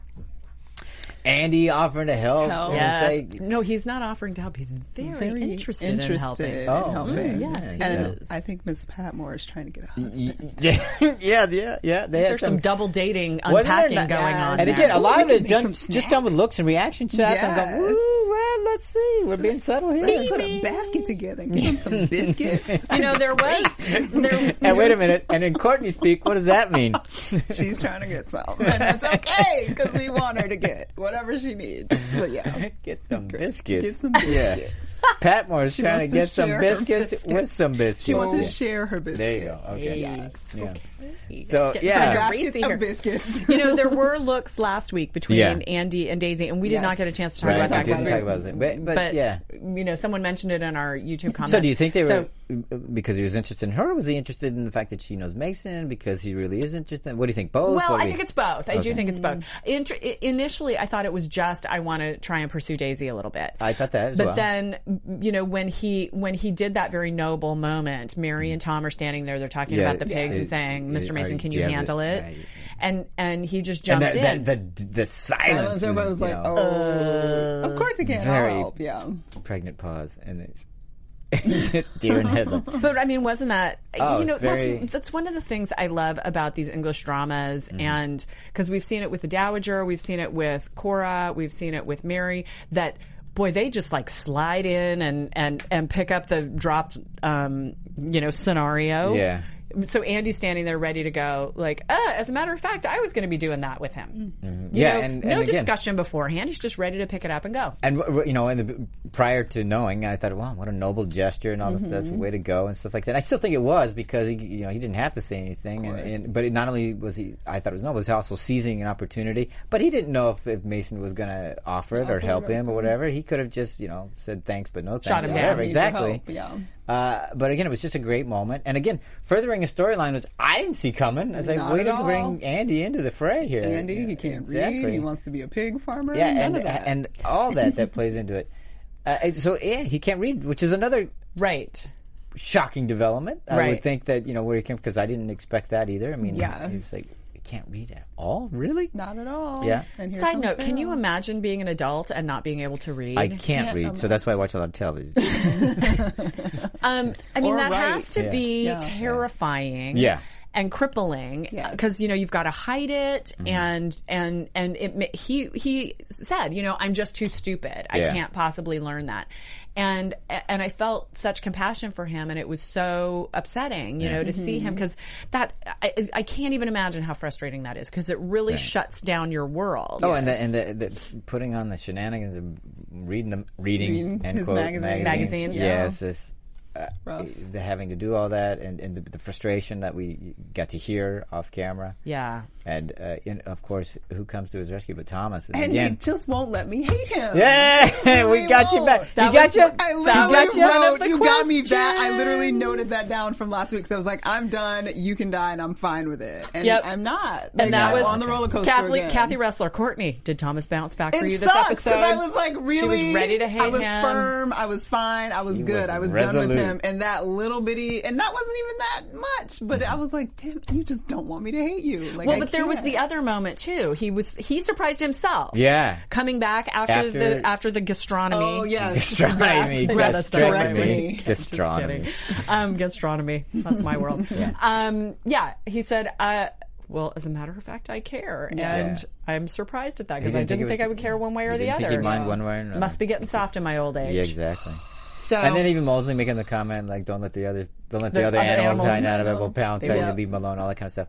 Speaker 2: Andy offering to help.
Speaker 4: Help.
Speaker 2: And
Speaker 3: Yes.
Speaker 2: It's like,
Speaker 3: no, he's not offering to help. He's very, interested, in helping.
Speaker 2: Oh, man.
Speaker 3: yes,
Speaker 2: Yeah,
Speaker 3: he
Speaker 4: And
Speaker 3: is.
Speaker 4: I think Miss Patmore is trying to get a husband.
Speaker 2: yeah, yeah, yeah, yeah. They had
Speaker 3: There's some double dating,
Speaker 2: Wasn't there
Speaker 3: unpacking
Speaker 2: not-
Speaker 3: going on.
Speaker 2: And
Speaker 3: there.
Speaker 2: again, a lot
Speaker 4: we
Speaker 2: of it
Speaker 4: could make
Speaker 2: done,
Speaker 4: some
Speaker 2: just done with looks and reaction shots. I'm
Speaker 4: Yes.
Speaker 2: going, ooh, well, let's see. We're being subtle
Speaker 4: They Put
Speaker 2: here.
Speaker 4: a basket together. Give him some biscuits.
Speaker 3: you know, there was there,
Speaker 2: And wait a minute. And in Courtney speak, what does that mean?
Speaker 4: She's trying to get some, and it's okay because we want her to get whatever she needs. But yeah,
Speaker 2: Get some biscuits.
Speaker 4: get some biscuits.
Speaker 2: Patmore's
Speaker 4: She
Speaker 2: trying to
Speaker 4: wants to
Speaker 2: get some
Speaker 4: share her
Speaker 2: biscuits
Speaker 4: biscuits.
Speaker 2: with some biscuits.
Speaker 4: She wants to
Speaker 2: Yeah.
Speaker 4: share her biscuits.
Speaker 2: There you go. Okay. Yeah. So
Speaker 3: It's getting
Speaker 2: yeah,
Speaker 3: kinda
Speaker 4: Baskets
Speaker 3: racy
Speaker 4: of
Speaker 3: here.
Speaker 4: biscuits.
Speaker 3: you know, there were looks last week between
Speaker 2: Yeah.
Speaker 3: Andy and Daisy, and we did
Speaker 4: Yes.
Speaker 3: not get a chance to talk
Speaker 2: Right,
Speaker 3: about
Speaker 2: I
Speaker 3: that.
Speaker 2: didn't
Speaker 3: one.
Speaker 2: talk about it, but, but,
Speaker 3: But
Speaker 2: yeah.
Speaker 3: you know, someone mentioned it in our YouTube comments.
Speaker 2: So do you think they
Speaker 3: So-
Speaker 2: were because he was interested in her? Or was he interested in the fact that she knows Mason? Because he really is interested. What do you think? Both?
Speaker 3: Well,
Speaker 2: What do
Speaker 3: I
Speaker 2: we-
Speaker 3: think it's both. I do think it's
Speaker 2: Mm.
Speaker 3: both. Inter- i- initially, I thought it was just I want to try and pursue Daisy a little bit.
Speaker 2: I thought that as
Speaker 3: but
Speaker 2: well.
Speaker 3: then, m- you know, when he when he did that very noble moment, Mary and Tom are standing there. They're talking
Speaker 2: Mm. Yeah,
Speaker 3: about the
Speaker 2: yeah.
Speaker 3: pigs
Speaker 2: It-
Speaker 3: and
Speaker 2: it-
Speaker 3: saying, "Mr.
Speaker 2: are
Speaker 3: Mason,
Speaker 2: you-
Speaker 3: can
Speaker 2: do
Speaker 3: you
Speaker 2: you have
Speaker 3: handle
Speaker 2: the-
Speaker 3: it?"
Speaker 2: right.
Speaker 3: And and he just
Speaker 2: and
Speaker 3: jumped
Speaker 2: that,
Speaker 3: in.
Speaker 2: that, the the silence was,
Speaker 4: Everybody was
Speaker 2: you
Speaker 4: like,
Speaker 2: know,
Speaker 3: Uh,
Speaker 4: oh, of course he can't I'll
Speaker 2: very-
Speaker 4: help. Yeah,
Speaker 2: pregnant pause and it's just deer in headlights.
Speaker 3: But I mean, wasn't that
Speaker 2: Oh,
Speaker 3: you know
Speaker 2: it's very- Mm-hmm.
Speaker 3: that's that's one of the things I love about these English dramas, and because we've seen it with the Dowager, we've seen it with Cora, we've seen it with Mary. That boy, they just like slide in and and and pick up the dropped um, you know scenario.
Speaker 2: Yeah.
Speaker 3: So Andy's standing there ready to go. Like, uh, as a matter of fact, I was going to be doing that with him.
Speaker 4: Mm-hmm.
Speaker 3: You
Speaker 2: Yeah,
Speaker 3: know,
Speaker 2: and-
Speaker 3: no
Speaker 2: and again-
Speaker 3: discussion beforehand. He's just ready to pick it up and go.
Speaker 2: and w- w- you know, and the, prior to knowing, I thought, wow, what a noble gesture and all this
Speaker 4: Mm-hmm.
Speaker 2: this way to go and stuff like that. And I still think it was because he, you know, he didn't have to say anything, and, and but it not only was he, I thought it was noble, it was also seizing an opportunity. But he didn't know if, if Mason was going to
Speaker 4: mm-hmm.
Speaker 2: offer it or help him or whatever. He could have just, you know, said thanks but no thanks,
Speaker 3: him
Speaker 2: or
Speaker 3: down.
Speaker 2: whatever.
Speaker 3: Need
Speaker 4: your
Speaker 2: Exactly.
Speaker 4: help, yeah.
Speaker 2: Uh, but again, it was just a great moment. And again, furthering a storyline which I didn't see coming. I was like,
Speaker 4: Not
Speaker 2: way
Speaker 4: at
Speaker 2: to
Speaker 4: all.
Speaker 2: bring Andy into the fray here.
Speaker 4: Andy, he can't
Speaker 2: Exactly.
Speaker 4: read. He wants to be a pig farmer.
Speaker 2: Yeah,
Speaker 4: none
Speaker 2: and
Speaker 4: of that.
Speaker 2: and all that that plays into it. Uh, and so yeah, he can't read, which is another
Speaker 3: Right.
Speaker 2: shocking development. I would
Speaker 3: Right.
Speaker 2: think that you know where he came because I didn't expect that either. I mean,
Speaker 4: Yeah.
Speaker 2: he's like, he can't read at all, really.
Speaker 4: not at all.
Speaker 2: Yeah.
Speaker 4: And here
Speaker 3: Side
Speaker 4: comes
Speaker 3: note, can you
Speaker 4: Pharaoh.
Speaker 3: imagine being an adult and not being able to read?
Speaker 2: I can't read, so that's why I watch a lot of television.
Speaker 3: Um, I mean,
Speaker 4: Or
Speaker 3: that
Speaker 4: write.
Speaker 3: has to
Speaker 2: Yeah.
Speaker 3: be
Speaker 4: Yeah.
Speaker 3: terrifying.
Speaker 2: Yeah.
Speaker 3: And crippling
Speaker 4: Yeah.
Speaker 3: because you know you've got to hide it,
Speaker 2: Mm-hmm.
Speaker 3: and and and it, ma- he he said, you know, I'm just too stupid. I
Speaker 2: Yeah.
Speaker 3: can't possibly learn that, and and I felt such compassion for him, and it was so upsetting, you know, to see him because that I, I can't even imagine how frustrating that is because it really shuts down your world.
Speaker 2: Oh, and the, and the, the putting on the shenanigans and reading the reading,
Speaker 4: Reading
Speaker 2: end
Speaker 4: his
Speaker 2: quote,
Speaker 4: magazine.
Speaker 3: Magazines,
Speaker 2: Yeah,
Speaker 3: yeah.
Speaker 2: it's just, uh,
Speaker 4: Rough.
Speaker 2: the having to do all that and, and the, the frustration that we got to hear off camera.
Speaker 3: yeah.
Speaker 2: And, uh, and of course, who comes to his rescue but Thomas? And,
Speaker 4: And
Speaker 2: again,
Speaker 4: he just won't let me hate him.
Speaker 2: yeah, we
Speaker 4: He
Speaker 2: got you
Speaker 4: won't.
Speaker 2: back.
Speaker 3: That
Speaker 2: you got
Speaker 3: was-
Speaker 2: you.
Speaker 4: I
Speaker 2: you
Speaker 4: literally
Speaker 2: got you.
Speaker 4: wrote, you got me that. I literally noted that down from last week. So I was like, I'm done. You can die, and I'm fine with it. And
Speaker 3: Yep.
Speaker 4: I'm not. Like,
Speaker 3: And that
Speaker 4: I'm
Speaker 3: was
Speaker 4: on the roller coaster.
Speaker 3: Kathy,
Speaker 4: again.
Speaker 3: Kathy Wrestler, Courtney. Did Thomas bounce back for you
Speaker 4: It
Speaker 3: this
Speaker 4: sucks
Speaker 3: episode?
Speaker 4: because I was like really.
Speaker 3: She was ready to hate
Speaker 4: I was
Speaker 3: him.
Speaker 4: firm. I was fine. I was
Speaker 2: was
Speaker 4: good. I was done
Speaker 2: resolute.
Speaker 4: with him. And that little bitty, and that wasn't even that much. But I was like, damn, you just don't want me to hate you. Like,
Speaker 3: Well,
Speaker 4: I
Speaker 3: but there was
Speaker 4: can't.
Speaker 3: the other moment too. He was he surprised himself.
Speaker 2: Yeah.
Speaker 3: coming back after,
Speaker 2: After-
Speaker 3: the after the gastronomy.
Speaker 4: Oh yeah,
Speaker 2: Gastronomy.
Speaker 3: Yeah, that's
Speaker 2: gastronomy.
Speaker 4: directly.
Speaker 2: Gastronomy.
Speaker 3: um, gastronomy. That's my world. yeah. Um, yeah, he said. Uh, well, as a matter of fact, I care, and I'm surprised at that because I
Speaker 2: didn't think
Speaker 3: didn't think,
Speaker 2: it was-
Speaker 3: I would care one way or
Speaker 2: You
Speaker 3: the
Speaker 2: didn't
Speaker 3: other.
Speaker 2: Think he'd mind one way or another.
Speaker 3: Must be getting soft in my old age.
Speaker 2: Yeah, exactly.
Speaker 3: So
Speaker 2: And then even Mosley making the comment like, "Don't let the others, don't let the,
Speaker 3: The
Speaker 2: other
Speaker 3: other
Speaker 2: animals,
Speaker 3: animals
Speaker 2: dine out of it. We'll pound tell you to
Speaker 4: will.
Speaker 2: leave them alone. All that kind of stuff."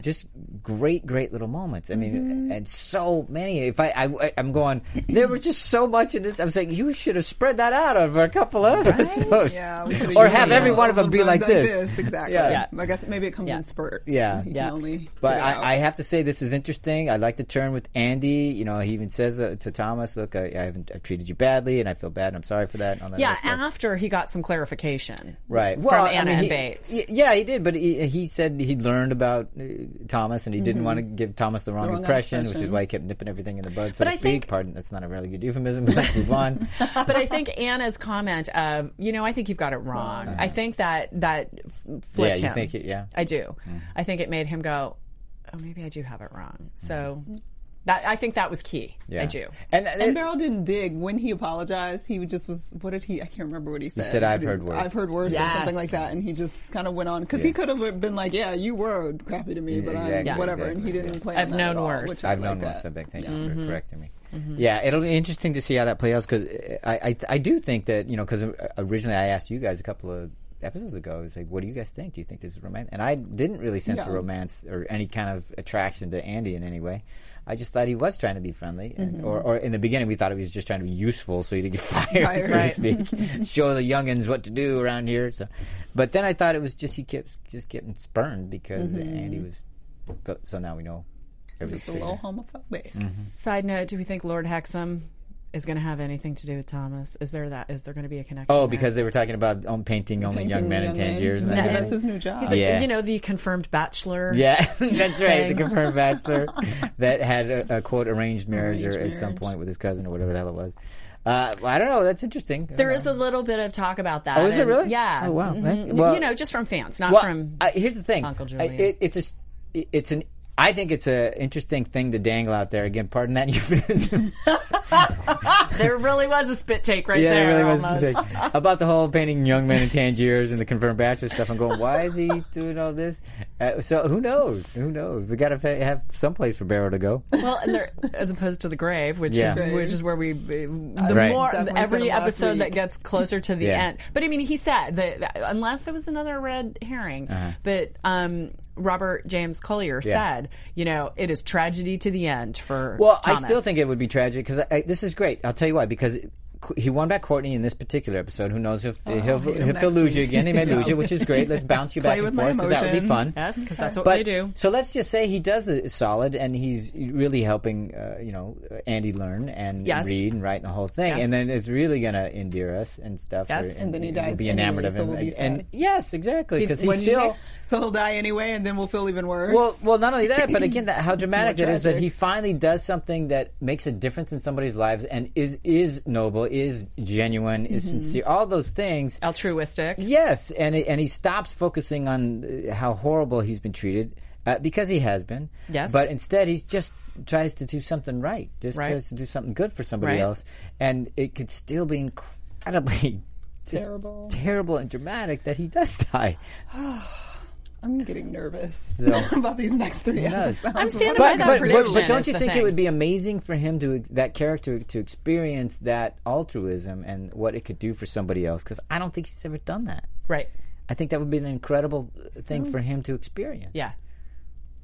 Speaker 2: Just great, great little moments. I mean, and so many. If I, I, I'm going, there was just so much in this. I was like, you should have spread that out over a couple of episodes,
Speaker 4: Yeah, we could've
Speaker 2: or
Speaker 4: used uh,
Speaker 2: have
Speaker 4: it.
Speaker 2: every one of them be
Speaker 4: Little
Speaker 2: like
Speaker 4: bugs
Speaker 2: this.
Speaker 4: Exactly.
Speaker 2: Yeah.
Speaker 4: Yeah. I guess maybe it comes in spurts.
Speaker 2: Yeah.
Speaker 4: You
Speaker 3: Yeah.
Speaker 4: Can only
Speaker 2: But
Speaker 4: get out.
Speaker 2: I, I have to say this is interesting. I like the turn with Andy. You know, he even says uh, to Thomas, "Look, I, I haven't I treated you badly, and I feel bad, and I'm sorry for that." And all that
Speaker 3: yeah,
Speaker 2: other stuff.
Speaker 3: after he got some clarification.
Speaker 2: right
Speaker 3: from
Speaker 2: Well, I
Speaker 3: Anna
Speaker 2: mean,
Speaker 3: and
Speaker 2: he-
Speaker 3: Bates.
Speaker 2: y- yeah, he did, but he, he said he learned about uh, Thomas, and he
Speaker 3: Mm-hmm.
Speaker 2: didn't want to give Thomas the wrong,
Speaker 4: wrong
Speaker 2: impression, which is
Speaker 4: impression.
Speaker 2: why he kept nipping everything in the bud, so
Speaker 3: But
Speaker 2: to
Speaker 3: I
Speaker 2: speak.
Speaker 3: think-
Speaker 2: Pardon, that's not a really good euphemism, but let's move on.
Speaker 3: but I think Anna's comment of, you know, I think you've got it wrong. I think that that f-
Speaker 2: yeah,
Speaker 3: flipped
Speaker 2: you
Speaker 3: him.
Speaker 2: think it? Yeah, Mm-hmm.
Speaker 3: I do. I think it made him go, oh, maybe I do have it wrong. So that I think that was key.
Speaker 2: Mm-hmm. yeah.
Speaker 3: I do.
Speaker 2: And, uh,
Speaker 4: And
Speaker 2: and it,
Speaker 4: Meryl didn't dig when he apologized. He just was. What did he? I can't remember what he said.
Speaker 2: said, "I've
Speaker 4: He-
Speaker 2: heard worse."
Speaker 4: I've heard worse, or
Speaker 3: Yes.
Speaker 4: something like that. And he just kind of went on because he could have been like, "Yeah, you were crappy to me, but I'm
Speaker 2: exactly,
Speaker 4: whatever."
Speaker 2: exactly,
Speaker 4: And he didn't play.
Speaker 3: I've
Speaker 4: on that
Speaker 3: known
Speaker 4: at all,
Speaker 3: worse.
Speaker 4: which is
Speaker 2: I've
Speaker 4: like
Speaker 2: known
Speaker 4: that. Mm-hmm.
Speaker 2: most of it. Thank you for correcting me. Yeah, it'll be interesting to see how that plays out because I, I I do think that you know because originally I asked you guys a couple of episodes ago it's like what do you guys think do you think this is romance and i didn't really sense a
Speaker 4: No.
Speaker 2: romance or any kind of attraction to andy in any way i just thought he was trying to be friendly and,
Speaker 4: Mm-hmm.
Speaker 2: or, or in the beginning we thought he was just trying to be useful so he didn't get fired
Speaker 4: Fired.
Speaker 2: so
Speaker 4: Right.
Speaker 2: to speak show the youngins what to do around here so but then i thought it was just he kept just getting spurned because andy was so now we know
Speaker 4: It's Mm-hmm. a little homophobic.
Speaker 2: Mm-hmm.
Speaker 3: Side note, do we think Lord Hexham is going to have anything to do with Thomas? Is there that? Is there going to be a connection?
Speaker 2: Oh,
Speaker 3: there?
Speaker 2: because they were talking about on painting only young men in
Speaker 4: young
Speaker 2: Tangiers. and that
Speaker 4: men. Yeah,
Speaker 2: kind of
Speaker 4: that's his new job.
Speaker 3: He's a,
Speaker 2: Yeah.
Speaker 3: you know, the confirmed bachelor.
Speaker 2: Yeah, that's right. The
Speaker 3: Thing.
Speaker 2: confirmed bachelor that had a, a quote arranged marriage or
Speaker 4: Arranged
Speaker 2: at some
Speaker 4: marriage.
Speaker 2: point with his cousin or whatever the hell it was. Uh, well, I don't know. That's interesting. Uh,
Speaker 3: There is a little bit of talk about that.
Speaker 2: Oh, is it
Speaker 3: and-
Speaker 2: really?
Speaker 3: Yeah.
Speaker 2: Oh, wow.
Speaker 3: Mhm.
Speaker 2: Thank- well-
Speaker 3: you know, just from fans, not
Speaker 2: well,
Speaker 3: from.
Speaker 2: I, here's the thing.
Speaker 3: Uncle
Speaker 2: I,
Speaker 3: Julian.
Speaker 2: it, it's just it's an. I think it's an interesting thing to dangle out there. Again, pardon that euphemism.
Speaker 3: there really was a spit take right
Speaker 2: yeah,
Speaker 3: there.
Speaker 2: it really was
Speaker 3: almost.
Speaker 2: a mistake. about the whole painting young men in Tangiers and the confirmed bachelor stuff. I'm going, why is he doing all this? Uh, so who knows? Who knows? We got to fa- have some place for Barrow to go.
Speaker 3: Well, and there, as opposed to the grave, which
Speaker 2: Yeah.
Speaker 3: is
Speaker 2: Grave.
Speaker 3: which is where we the
Speaker 2: Right.
Speaker 3: more
Speaker 4: Definitely said
Speaker 3: every
Speaker 4: it last
Speaker 3: episode that
Speaker 4: week.
Speaker 3: gets closer to the
Speaker 2: Yeah.
Speaker 3: end. But I mean, he said that, that unless there was another red herring, but um, Robert James Collier
Speaker 2: Uh-huh. Yeah.
Speaker 3: said, you know, it is tragedy to the end for.
Speaker 2: Well, I
Speaker 3: Thomas.
Speaker 2: still think it would be tragic because I, I, this is great. I'll tell you why because he won back Courtney in this particular episode. Who knows if
Speaker 3: Oh,
Speaker 2: he'll, he'll, he'll lose you again? He may lose you, which is great. Let's bounce you back and
Speaker 4: Play with my
Speaker 2: forth because that would be fun.
Speaker 4: emotions.
Speaker 3: Yes, because that's what
Speaker 2: But-
Speaker 3: they do.
Speaker 2: So let's just say he does it solid, and he's really helping, uh, you know, Andy learn and
Speaker 3: Yes.
Speaker 2: read and write and the whole thing,
Speaker 3: Yes.
Speaker 2: and then it's really going to endear us and stuff.
Speaker 3: Yes.
Speaker 4: And then he
Speaker 2: we'll
Speaker 4: dies
Speaker 2: be enamored
Speaker 4: anyway,
Speaker 2: of
Speaker 4: so
Speaker 2: him,
Speaker 4: we'll be
Speaker 2: and
Speaker 4: sad.
Speaker 2: yes, exactly, because he's
Speaker 3: what did you
Speaker 2: still.
Speaker 3: say?
Speaker 4: So he'll die anyway, and then we'll feel even worse.
Speaker 2: Well, well, not only that, but again, that, how dramatic
Speaker 4: more
Speaker 2: it is that
Speaker 4: tragic.
Speaker 2: he finally does something that makes a difference in somebody's lives and is is noble, is genuine, is
Speaker 4: Mm-hmm.
Speaker 2: sincere, all those things.
Speaker 3: Altruistic.
Speaker 2: Yes, and it- and he stops focusing on uh, how horrible he's been treated uh, because he has been.
Speaker 3: Yes.
Speaker 2: but instead he just tries to do something right, just
Speaker 3: Right.
Speaker 2: tries to do something good for somebody
Speaker 3: Right.
Speaker 2: else, and it could still be incredibly. just
Speaker 4: Terrible.
Speaker 2: terrible and dramatic that he does die.
Speaker 4: I'm getting nervous about these next three
Speaker 2: does.
Speaker 4: episodes.
Speaker 3: I'm standing by
Speaker 2: but,
Speaker 3: that
Speaker 2: but, but,
Speaker 3: prediction
Speaker 2: but don't
Speaker 3: is
Speaker 2: you
Speaker 3: the
Speaker 2: think
Speaker 3: thing.
Speaker 2: it would be amazing for him to that character to experience that altruism and what it could do for somebody else? Because I don't think he's ever done that.
Speaker 3: Right.
Speaker 2: I think that would be an incredible uh, thing for him to experience.
Speaker 3: Yeah.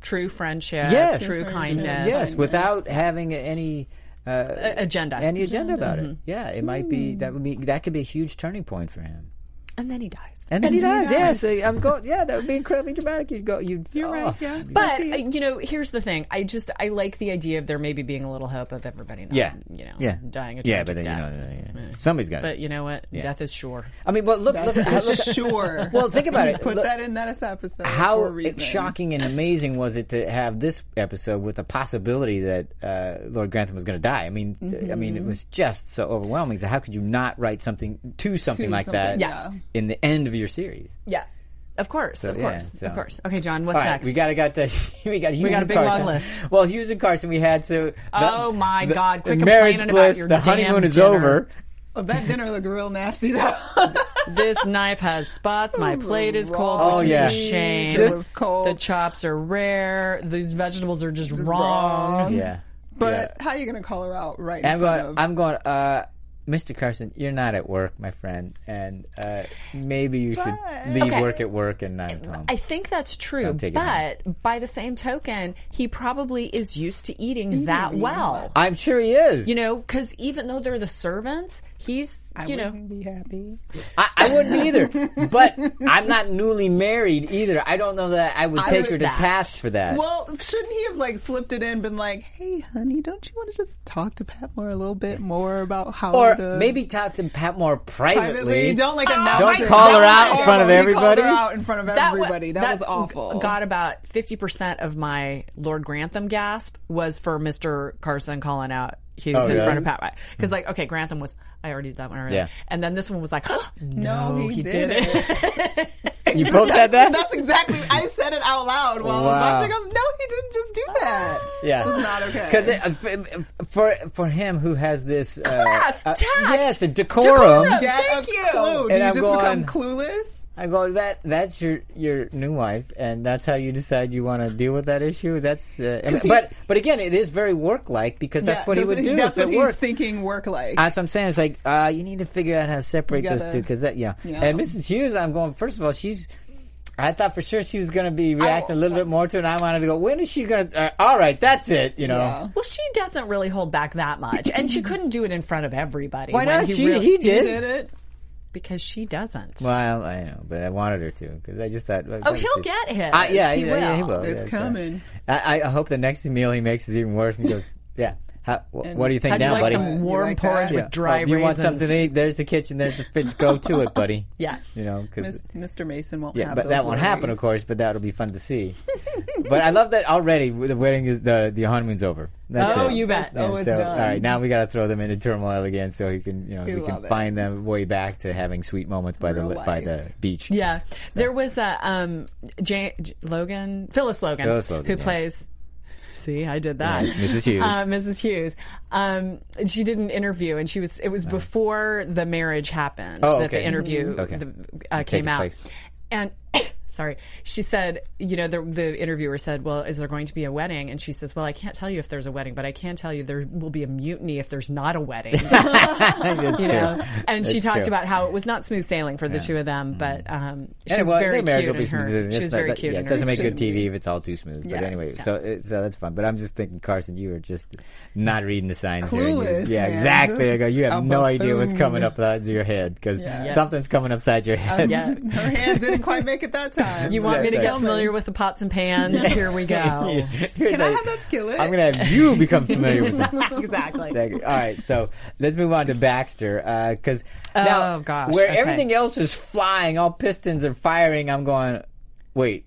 Speaker 3: True friendship.
Speaker 2: Yes.
Speaker 3: True
Speaker 2: True
Speaker 3: kindness.
Speaker 2: Yes, without having any
Speaker 3: A- agenda.
Speaker 2: any agenda about it. Yeah, it might be that would be that could be a huge turning point for him.
Speaker 3: and then he dies.
Speaker 2: And then he does. Yes, I- I'm going. Yeah, that would be incredibly dramatic. You'd go. You'd, oh. You're
Speaker 4: right, yeah.
Speaker 3: But uh, you know, here's the thing. I just I like the idea of there maybe being a little hope of everybody. Not,
Speaker 2: yeah,
Speaker 3: Um, you know,
Speaker 2: yeah,
Speaker 3: dying a tragic
Speaker 2: yeah, but then
Speaker 3: death.
Speaker 2: you know, yeah. somebody's got
Speaker 3: But
Speaker 2: it.
Speaker 3: you know what? Death is sure.
Speaker 2: I mean, well, look, look, look,
Speaker 4: For sure.
Speaker 2: Well, think about it.
Speaker 4: Put
Speaker 2: Look-
Speaker 4: that in that episode. for a
Speaker 2: how
Speaker 4: reason.
Speaker 2: shocking and amazing was it to have this episode with the possibility that uh, Lord Grantham was going to die? I mean, I mean, it was just so overwhelming. So how could you not write something to something
Speaker 4: To
Speaker 2: like that
Speaker 4: something, Yeah. yeah.
Speaker 2: in the end of your series?
Speaker 3: Yeah. Of course. of
Speaker 2: yeah,
Speaker 3: course.
Speaker 2: so-
Speaker 3: Of course. Okay, John. What's
Speaker 2: All right,
Speaker 3: next?
Speaker 2: we got got to, we got Hughes
Speaker 3: got a
Speaker 2: and
Speaker 3: big long
Speaker 2: Carson.
Speaker 3: list.
Speaker 2: Well, Hughes and Carson, we had to.
Speaker 3: Oh, my God, quit
Speaker 2: the marriage
Speaker 3: complaining about
Speaker 2: bliss.
Speaker 3: your
Speaker 2: the
Speaker 3: damn
Speaker 2: honeymoon is
Speaker 3: dinner.
Speaker 2: over.
Speaker 4: Oh, that dinner looked real nasty though.
Speaker 3: this knife has spots. My plate is cold,
Speaker 4: raw
Speaker 3: which
Speaker 2: Oh, yeah.
Speaker 3: is a shame.
Speaker 4: It was cold.
Speaker 3: The chops are rare. These vegetables are just, wrong.
Speaker 4: wrong.
Speaker 2: Yeah,
Speaker 4: but how are you gonna call her out right? in
Speaker 2: I'm
Speaker 4: front
Speaker 2: going.
Speaker 4: of-
Speaker 2: I'm going. Uh, Mr. Carson, you're not at work, my friend, and uh, maybe you should leave
Speaker 3: Okay.
Speaker 2: work at work and not at home.
Speaker 3: I think that's true,
Speaker 2: Don't take it home.
Speaker 3: but by the same token, he probably is used to eating that well.
Speaker 2: I'm sure he is.
Speaker 3: You know, because even though they're the servants, he's
Speaker 4: I
Speaker 3: you know
Speaker 4: wouldn't be happy.
Speaker 2: I, I wouldn't either. But I'm not newly married either. I don't know that I would
Speaker 4: I
Speaker 2: take
Speaker 4: was
Speaker 2: her to
Speaker 4: that.
Speaker 2: task for that.
Speaker 4: Well, shouldn't he have like slipped it in, been like, "Hey, honey, don't you want to just talk to Patmore a little bit more about how?"
Speaker 2: or
Speaker 4: to
Speaker 2: maybe talk to Pat more privately.
Speaker 4: privately, don't like announce.
Speaker 3: Don't
Speaker 4: it.
Speaker 3: call
Speaker 4: That
Speaker 3: her
Speaker 4: was
Speaker 3: out in
Speaker 2: front of
Speaker 4: horrible. He
Speaker 2: everybody.
Speaker 4: Called her out in front of
Speaker 3: wa-
Speaker 4: everybody. That, was awful.
Speaker 3: Got about fifty percent of my Lord Grantham gasp was for Mister Carson calling out Hughes in
Speaker 2: Oh, yeah?
Speaker 3: front of Pat because like okay, Grantham was I already did that one already,
Speaker 2: Yeah.
Speaker 3: and then this one was like no,
Speaker 4: No, he
Speaker 3: he,
Speaker 4: did
Speaker 3: did it.
Speaker 2: You both had that?
Speaker 4: That's exactly. I said it out loud while
Speaker 2: Wow.
Speaker 4: I was watching. him. no, he didn't just do that.
Speaker 2: yeah.
Speaker 4: it's not okay.
Speaker 2: Because uh, for for him who has this uh,
Speaker 3: Class,
Speaker 2: uh,
Speaker 3: tact,
Speaker 2: yes, a decorum,
Speaker 3: decorum.
Speaker 4: Get
Speaker 3: Thank
Speaker 4: a
Speaker 3: you.
Speaker 4: Clue. Do
Speaker 2: And
Speaker 4: you
Speaker 2: I'm
Speaker 4: just
Speaker 2: going-
Speaker 4: become clueless?
Speaker 2: I go that that's your your new wife, and that's how you decide you want to deal with that issue. That's uh, and- but but again, it is very work like because that's
Speaker 4: Yeah,
Speaker 2: what he would do.
Speaker 4: That's
Speaker 2: if
Speaker 4: what
Speaker 2: it
Speaker 4: he's
Speaker 2: worked.
Speaker 4: thinking. Work like.
Speaker 2: That's what I'm saying. It's like uh, you need to figure out how to separate
Speaker 4: You
Speaker 2: those
Speaker 4: gotta-
Speaker 2: two because that yeah.
Speaker 4: Yeah.
Speaker 2: And Mrs. Hughes, I'm going. First of all, she's. I thought for sure she was going to be reacting a little bit more to it. And I wanted to go. When is she going to? Uh, all right, that's it. You know.
Speaker 4: Yeah.
Speaker 3: Well, she doesn't really hold back that much, and she couldn't do it in front of everybody.
Speaker 2: Why
Speaker 3: when
Speaker 2: not?
Speaker 3: He
Speaker 2: she
Speaker 3: really-
Speaker 2: he did.
Speaker 4: He did it.
Speaker 3: because she doesn't.
Speaker 2: Well, I know, but I wanted her to because I just thought.
Speaker 3: Oh, he'll get his.
Speaker 2: I, yeah,
Speaker 3: He
Speaker 2: yeah, yeah, he
Speaker 3: will.
Speaker 2: will.
Speaker 4: It's
Speaker 2: Oh, yeah, so.
Speaker 4: coming.
Speaker 2: I, I hope the next meal he makes is even worse and goes. Yeah. How, wh- what do you think
Speaker 3: How'd you
Speaker 2: now,
Speaker 3: like
Speaker 2: buddy?
Speaker 3: some warm
Speaker 4: like
Speaker 3: porridge
Speaker 4: that?
Speaker 3: with
Speaker 4: Yeah.
Speaker 3: dry
Speaker 2: Oh, you want
Speaker 3: raisins?
Speaker 2: something to eat? There's the kitchen. There's the fridge. Go to it, buddy.
Speaker 3: Yeah.
Speaker 2: You know, because
Speaker 4: Mis- Mr. Mason won't.
Speaker 2: Yeah,
Speaker 4: have
Speaker 2: but
Speaker 4: those
Speaker 2: that won't happen,
Speaker 4: worries.
Speaker 2: of course. But that'll be fun to see. but I love that already. The wedding is the the honeymoon's over. That's
Speaker 3: Oh,
Speaker 2: it.
Speaker 3: you bet.
Speaker 4: That's- oh,
Speaker 2: And
Speaker 4: it's
Speaker 2: so,
Speaker 4: done.
Speaker 2: all right, now we got to throw them into turmoil again, so he can, you know, we can
Speaker 4: love it.
Speaker 2: find the way back to having sweet moments by the
Speaker 4: Real
Speaker 2: li- by
Speaker 4: life.
Speaker 2: the beach.
Speaker 3: Yeah, there was a um, Jan- J- Logan Phyllis Logan,
Speaker 2: Phyllis Logan,
Speaker 3: who
Speaker 2: yes.
Speaker 3: plays. See, I did that.
Speaker 2: Yes, Mrs. Hughes.
Speaker 3: Uh, Mrs. Hughes. Um, she did an interview, and she was. It was before the marriage happened
Speaker 2: Uh. Oh,
Speaker 3: that the
Speaker 2: okay.
Speaker 3: interview
Speaker 2: Okay.
Speaker 3: the, uh, came
Speaker 2: taking
Speaker 3: out,
Speaker 2: place.
Speaker 3: and sorry. She said, you know, the, the interviewer said, well, is there going to be a wedding? And she says, well, I can't tell you if there's a wedding, but I can tell you there will be a mutiny if there's not a wedding.
Speaker 2: That's
Speaker 3: you
Speaker 2: true.
Speaker 3: know, and she
Speaker 2: That's
Speaker 3: talked
Speaker 2: true. Mm-hmm.
Speaker 3: about how it was not smooth sailing for the two of them, but um, she
Speaker 2: Yeah,
Speaker 3: was
Speaker 2: well,
Speaker 3: very
Speaker 2: their marriage
Speaker 3: cute
Speaker 2: will
Speaker 3: in
Speaker 2: be smooth.
Speaker 3: her. She
Speaker 2: It's
Speaker 3: was
Speaker 2: not-
Speaker 3: very
Speaker 2: that-
Speaker 3: cute.
Speaker 2: Yeah,
Speaker 3: in
Speaker 2: it
Speaker 3: her-
Speaker 2: doesn't make
Speaker 3: she-
Speaker 2: good TV if it's all too smooth. But anyway, so it- so that's fun. But I'm just thinking, Carson, you are just not reading the signs. here. You-
Speaker 4: Clueless,
Speaker 2: Yeah,
Speaker 4: man.
Speaker 2: exactly. I go, you have
Speaker 4: I'm
Speaker 2: no
Speaker 4: a
Speaker 2: idea what's
Speaker 4: fool.
Speaker 2: coming up inside your head because
Speaker 4: Yeah.
Speaker 2: something's coming upside your head.
Speaker 3: Oh, Yeah.
Speaker 4: Her hands didn't quite make it that time.
Speaker 3: You want
Speaker 2: Yeah,
Speaker 3: me to get
Speaker 2: exactly.
Speaker 3: familiar with the pots and pans? Here we go.
Speaker 4: Can I have that skillet?
Speaker 2: I'm gonna have you become familiar with it.
Speaker 3: exactly.
Speaker 2: Exactly. All right, so let's move on to Baxter because now
Speaker 3: Oh, gosh,
Speaker 2: where
Speaker 3: okay.
Speaker 2: everything else is flying, all pistons are firing. I'm going, wait,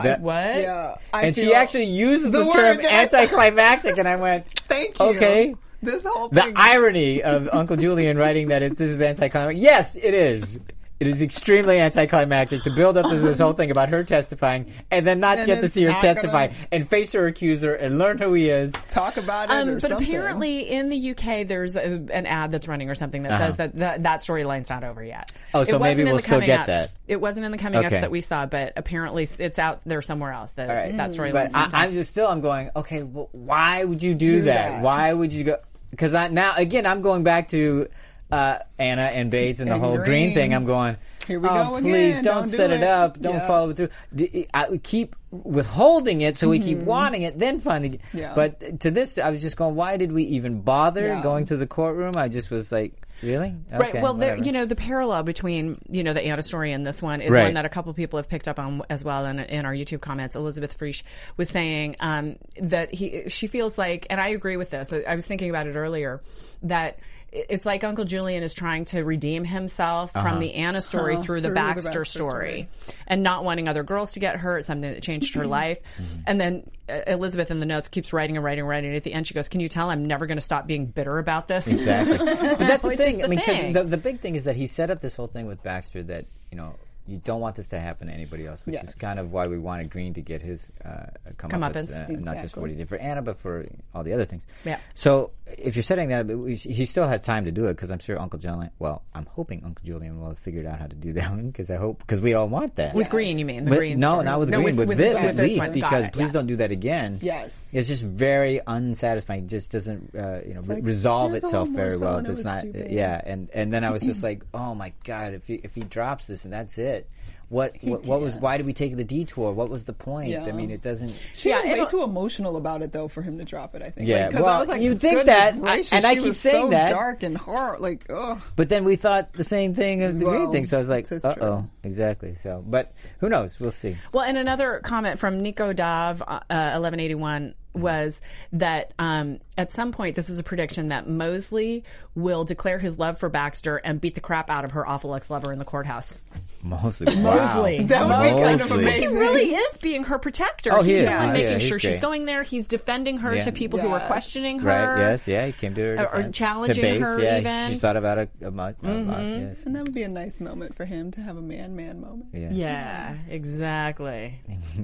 Speaker 2: that-
Speaker 3: What?
Speaker 4: Yeah, I
Speaker 2: and she
Speaker 4: feel-
Speaker 2: actually uses the,
Speaker 4: word
Speaker 2: term
Speaker 4: that I-
Speaker 2: anticlimactic, and I went,
Speaker 4: Thank you.
Speaker 2: Okay.
Speaker 4: This whole
Speaker 2: the
Speaker 4: thing.
Speaker 2: irony of Uncle Julian writing that it, this is anticlimactic. Yes, it is. It is extremely anticlimactic to build up this, this whole thing about her testifying and then not
Speaker 4: And
Speaker 2: get to
Speaker 4: it's
Speaker 2: see her
Speaker 4: not gonna-
Speaker 2: testify and face her accuser and learn who he is.
Speaker 4: talk about it.
Speaker 3: Um,
Speaker 4: or
Speaker 3: but
Speaker 4: something.
Speaker 3: apparently, in the UK, there's a, an ad that's running or something that says that that, that storyline's not over yet.
Speaker 2: Uh-huh. Oh, so
Speaker 3: it wasn't
Speaker 2: maybe
Speaker 3: in
Speaker 2: we'll
Speaker 3: the
Speaker 2: still
Speaker 3: coming
Speaker 2: get
Speaker 3: ups.
Speaker 2: that.
Speaker 3: It wasn't in the coming
Speaker 2: Okay.
Speaker 3: ups that we saw, but apparently it's out there somewhere else. That
Speaker 2: Right.
Speaker 4: Mm.
Speaker 3: that
Speaker 4: Hmm.
Speaker 3: storyline.
Speaker 2: But I, I'm just still. I'm going. Okay, wh- why would you do, that?
Speaker 4: that.
Speaker 2: Why would you go? Because I now again, I'm going back to uh, Anna and Bates and the
Speaker 4: And
Speaker 2: whole green.
Speaker 4: Green.
Speaker 2: thing. I'm going.
Speaker 4: Here we
Speaker 2: oh,
Speaker 4: go again.
Speaker 2: Please don't,
Speaker 4: Don't do
Speaker 2: set it,
Speaker 4: it."
Speaker 2: up. Don't
Speaker 4: Yeah.
Speaker 2: follow it through. D- e, I would keep withholding it, so we keep wanting it. Then finally,
Speaker 4: Mm-hmm. Yeah.
Speaker 2: but to this, I was just going. Why did we even bother
Speaker 4: Yeah.
Speaker 2: going to the courtroom? I just was like, really?
Speaker 3: Right.
Speaker 2: Okay,
Speaker 3: well, there,
Speaker 2: whatever.
Speaker 3: you know, the parallel between you know the Anna story and this one is
Speaker 2: Right.
Speaker 3: one that a couple people have picked up on as well in, in our YouTube comments. Elizabeth Friesch was saying um, that he she feels like, and I agree with this. I, I was thinking about it earlier that. i- It's like Uncle Julian is trying to redeem himself
Speaker 2: Uh-huh.
Speaker 3: from the Anna story through the
Speaker 4: through the
Speaker 3: Baxter,
Speaker 4: Baxter
Speaker 3: story.
Speaker 4: story.
Speaker 3: and not wanting other girls to get hurt, something that changed her life.
Speaker 2: Mm-hmm.
Speaker 3: And then uh, Elizabeth in the notes keeps writing and writing and writing. And at the end, she goes, Can you tell I'm never going to stop being bitter about this?
Speaker 2: Exactly. But that's the
Speaker 3: Which is
Speaker 2: thing. I
Speaker 3: the
Speaker 2: mean, 'cause
Speaker 3: thing.
Speaker 2: The, the big thing is that he set up this whole thing with Baxter that, you know, you don't want this to happen to anybody else, which is
Speaker 4: Yes.
Speaker 2: kind of why we wanted Green to get his uh, come up uh,
Speaker 3: Comeuppance.
Speaker 2: not just
Speaker 4: Exactly.
Speaker 2: what he did for Anna, but for all the other things.
Speaker 3: Yeah.
Speaker 2: So if you're setting that, up, we sh- he still has time to do it because I'm sure Uncle Julian. Well, I'm hoping Uncle Julian will have figured out how to do that one because I hope because we all want that
Speaker 3: With green, you mean? The
Speaker 2: With-
Speaker 3: green
Speaker 2: no,
Speaker 3: story.
Speaker 2: not with
Speaker 3: No,
Speaker 2: green. With,
Speaker 3: with-
Speaker 2: this
Speaker 3: with
Speaker 2: at
Speaker 3: this
Speaker 2: least,
Speaker 3: one. Got
Speaker 2: because
Speaker 3: it,
Speaker 2: please
Speaker 3: yeah.
Speaker 2: don't do that again.
Speaker 4: Yes.
Speaker 2: it's just very unsatisfying. It just doesn't, uh, you know, re- resolve
Speaker 4: here's a
Speaker 2: itself
Speaker 4: whole
Speaker 2: very
Speaker 4: morsel
Speaker 2: well.
Speaker 4: and it
Speaker 2: It's
Speaker 4: was
Speaker 2: not,
Speaker 4: stupid.
Speaker 2: yeah. And and then I was just like, oh my god, if he, if he drops this and that's it, what what, what was? Why did we take the detour? What was the point? I
Speaker 4: Yeah.
Speaker 2: mean, it doesn't.
Speaker 4: She
Speaker 3: Yeah,
Speaker 4: was
Speaker 3: it'll-
Speaker 4: way too emotional about it though for him to drop it. I think.
Speaker 2: Yeah,
Speaker 4: Like, 'cause
Speaker 2: well,
Speaker 4: I was like,
Speaker 2: you think
Speaker 4: goodness
Speaker 2: that, I-
Speaker 4: gracious,
Speaker 2: and I
Speaker 4: she
Speaker 2: keep
Speaker 4: was
Speaker 2: saying
Speaker 4: so
Speaker 2: that.
Speaker 4: Dark and hard, like oh,
Speaker 2: But then we thought the same thing of the green
Speaker 4: Well,
Speaker 2: thing. So I was like,
Speaker 4: this is
Speaker 2: uh oh,
Speaker 4: true.
Speaker 2: exactly. So, but who knows? We'll see.
Speaker 3: Well, and another comment from Nico Dov, uh, eleven eighty one, was that um, at some point, this is a prediction that Mosley will declare his love for Baxter and beat the crap out of her awful ex lover in the courthouse.
Speaker 2: Mosley,
Speaker 3: Mosley.
Speaker 4: That would be kind of
Speaker 2: Mosley.
Speaker 3: He
Speaker 4: amazing.
Speaker 3: really is being her protector.
Speaker 2: Oh, he
Speaker 3: he's
Speaker 2: is.
Speaker 3: the one
Speaker 2: Yeah,
Speaker 3: making
Speaker 2: he's
Speaker 3: sure she's
Speaker 2: great.
Speaker 3: going there. He's defending her
Speaker 2: Yeah.
Speaker 3: to people who are
Speaker 4: Yes.
Speaker 3: questioning her.
Speaker 2: Right. Yes. Yeah. He came to her
Speaker 3: Or- or
Speaker 2: defense. To
Speaker 3: challenging
Speaker 2: Bates,
Speaker 3: her
Speaker 2: Yeah.
Speaker 3: even. Mm-hmm.
Speaker 2: She's thought about it a, lot. A lot. Yes.
Speaker 4: And that would be a nice moment for him to have a man, man moment.
Speaker 2: Yeah.
Speaker 3: Yeah, exactly.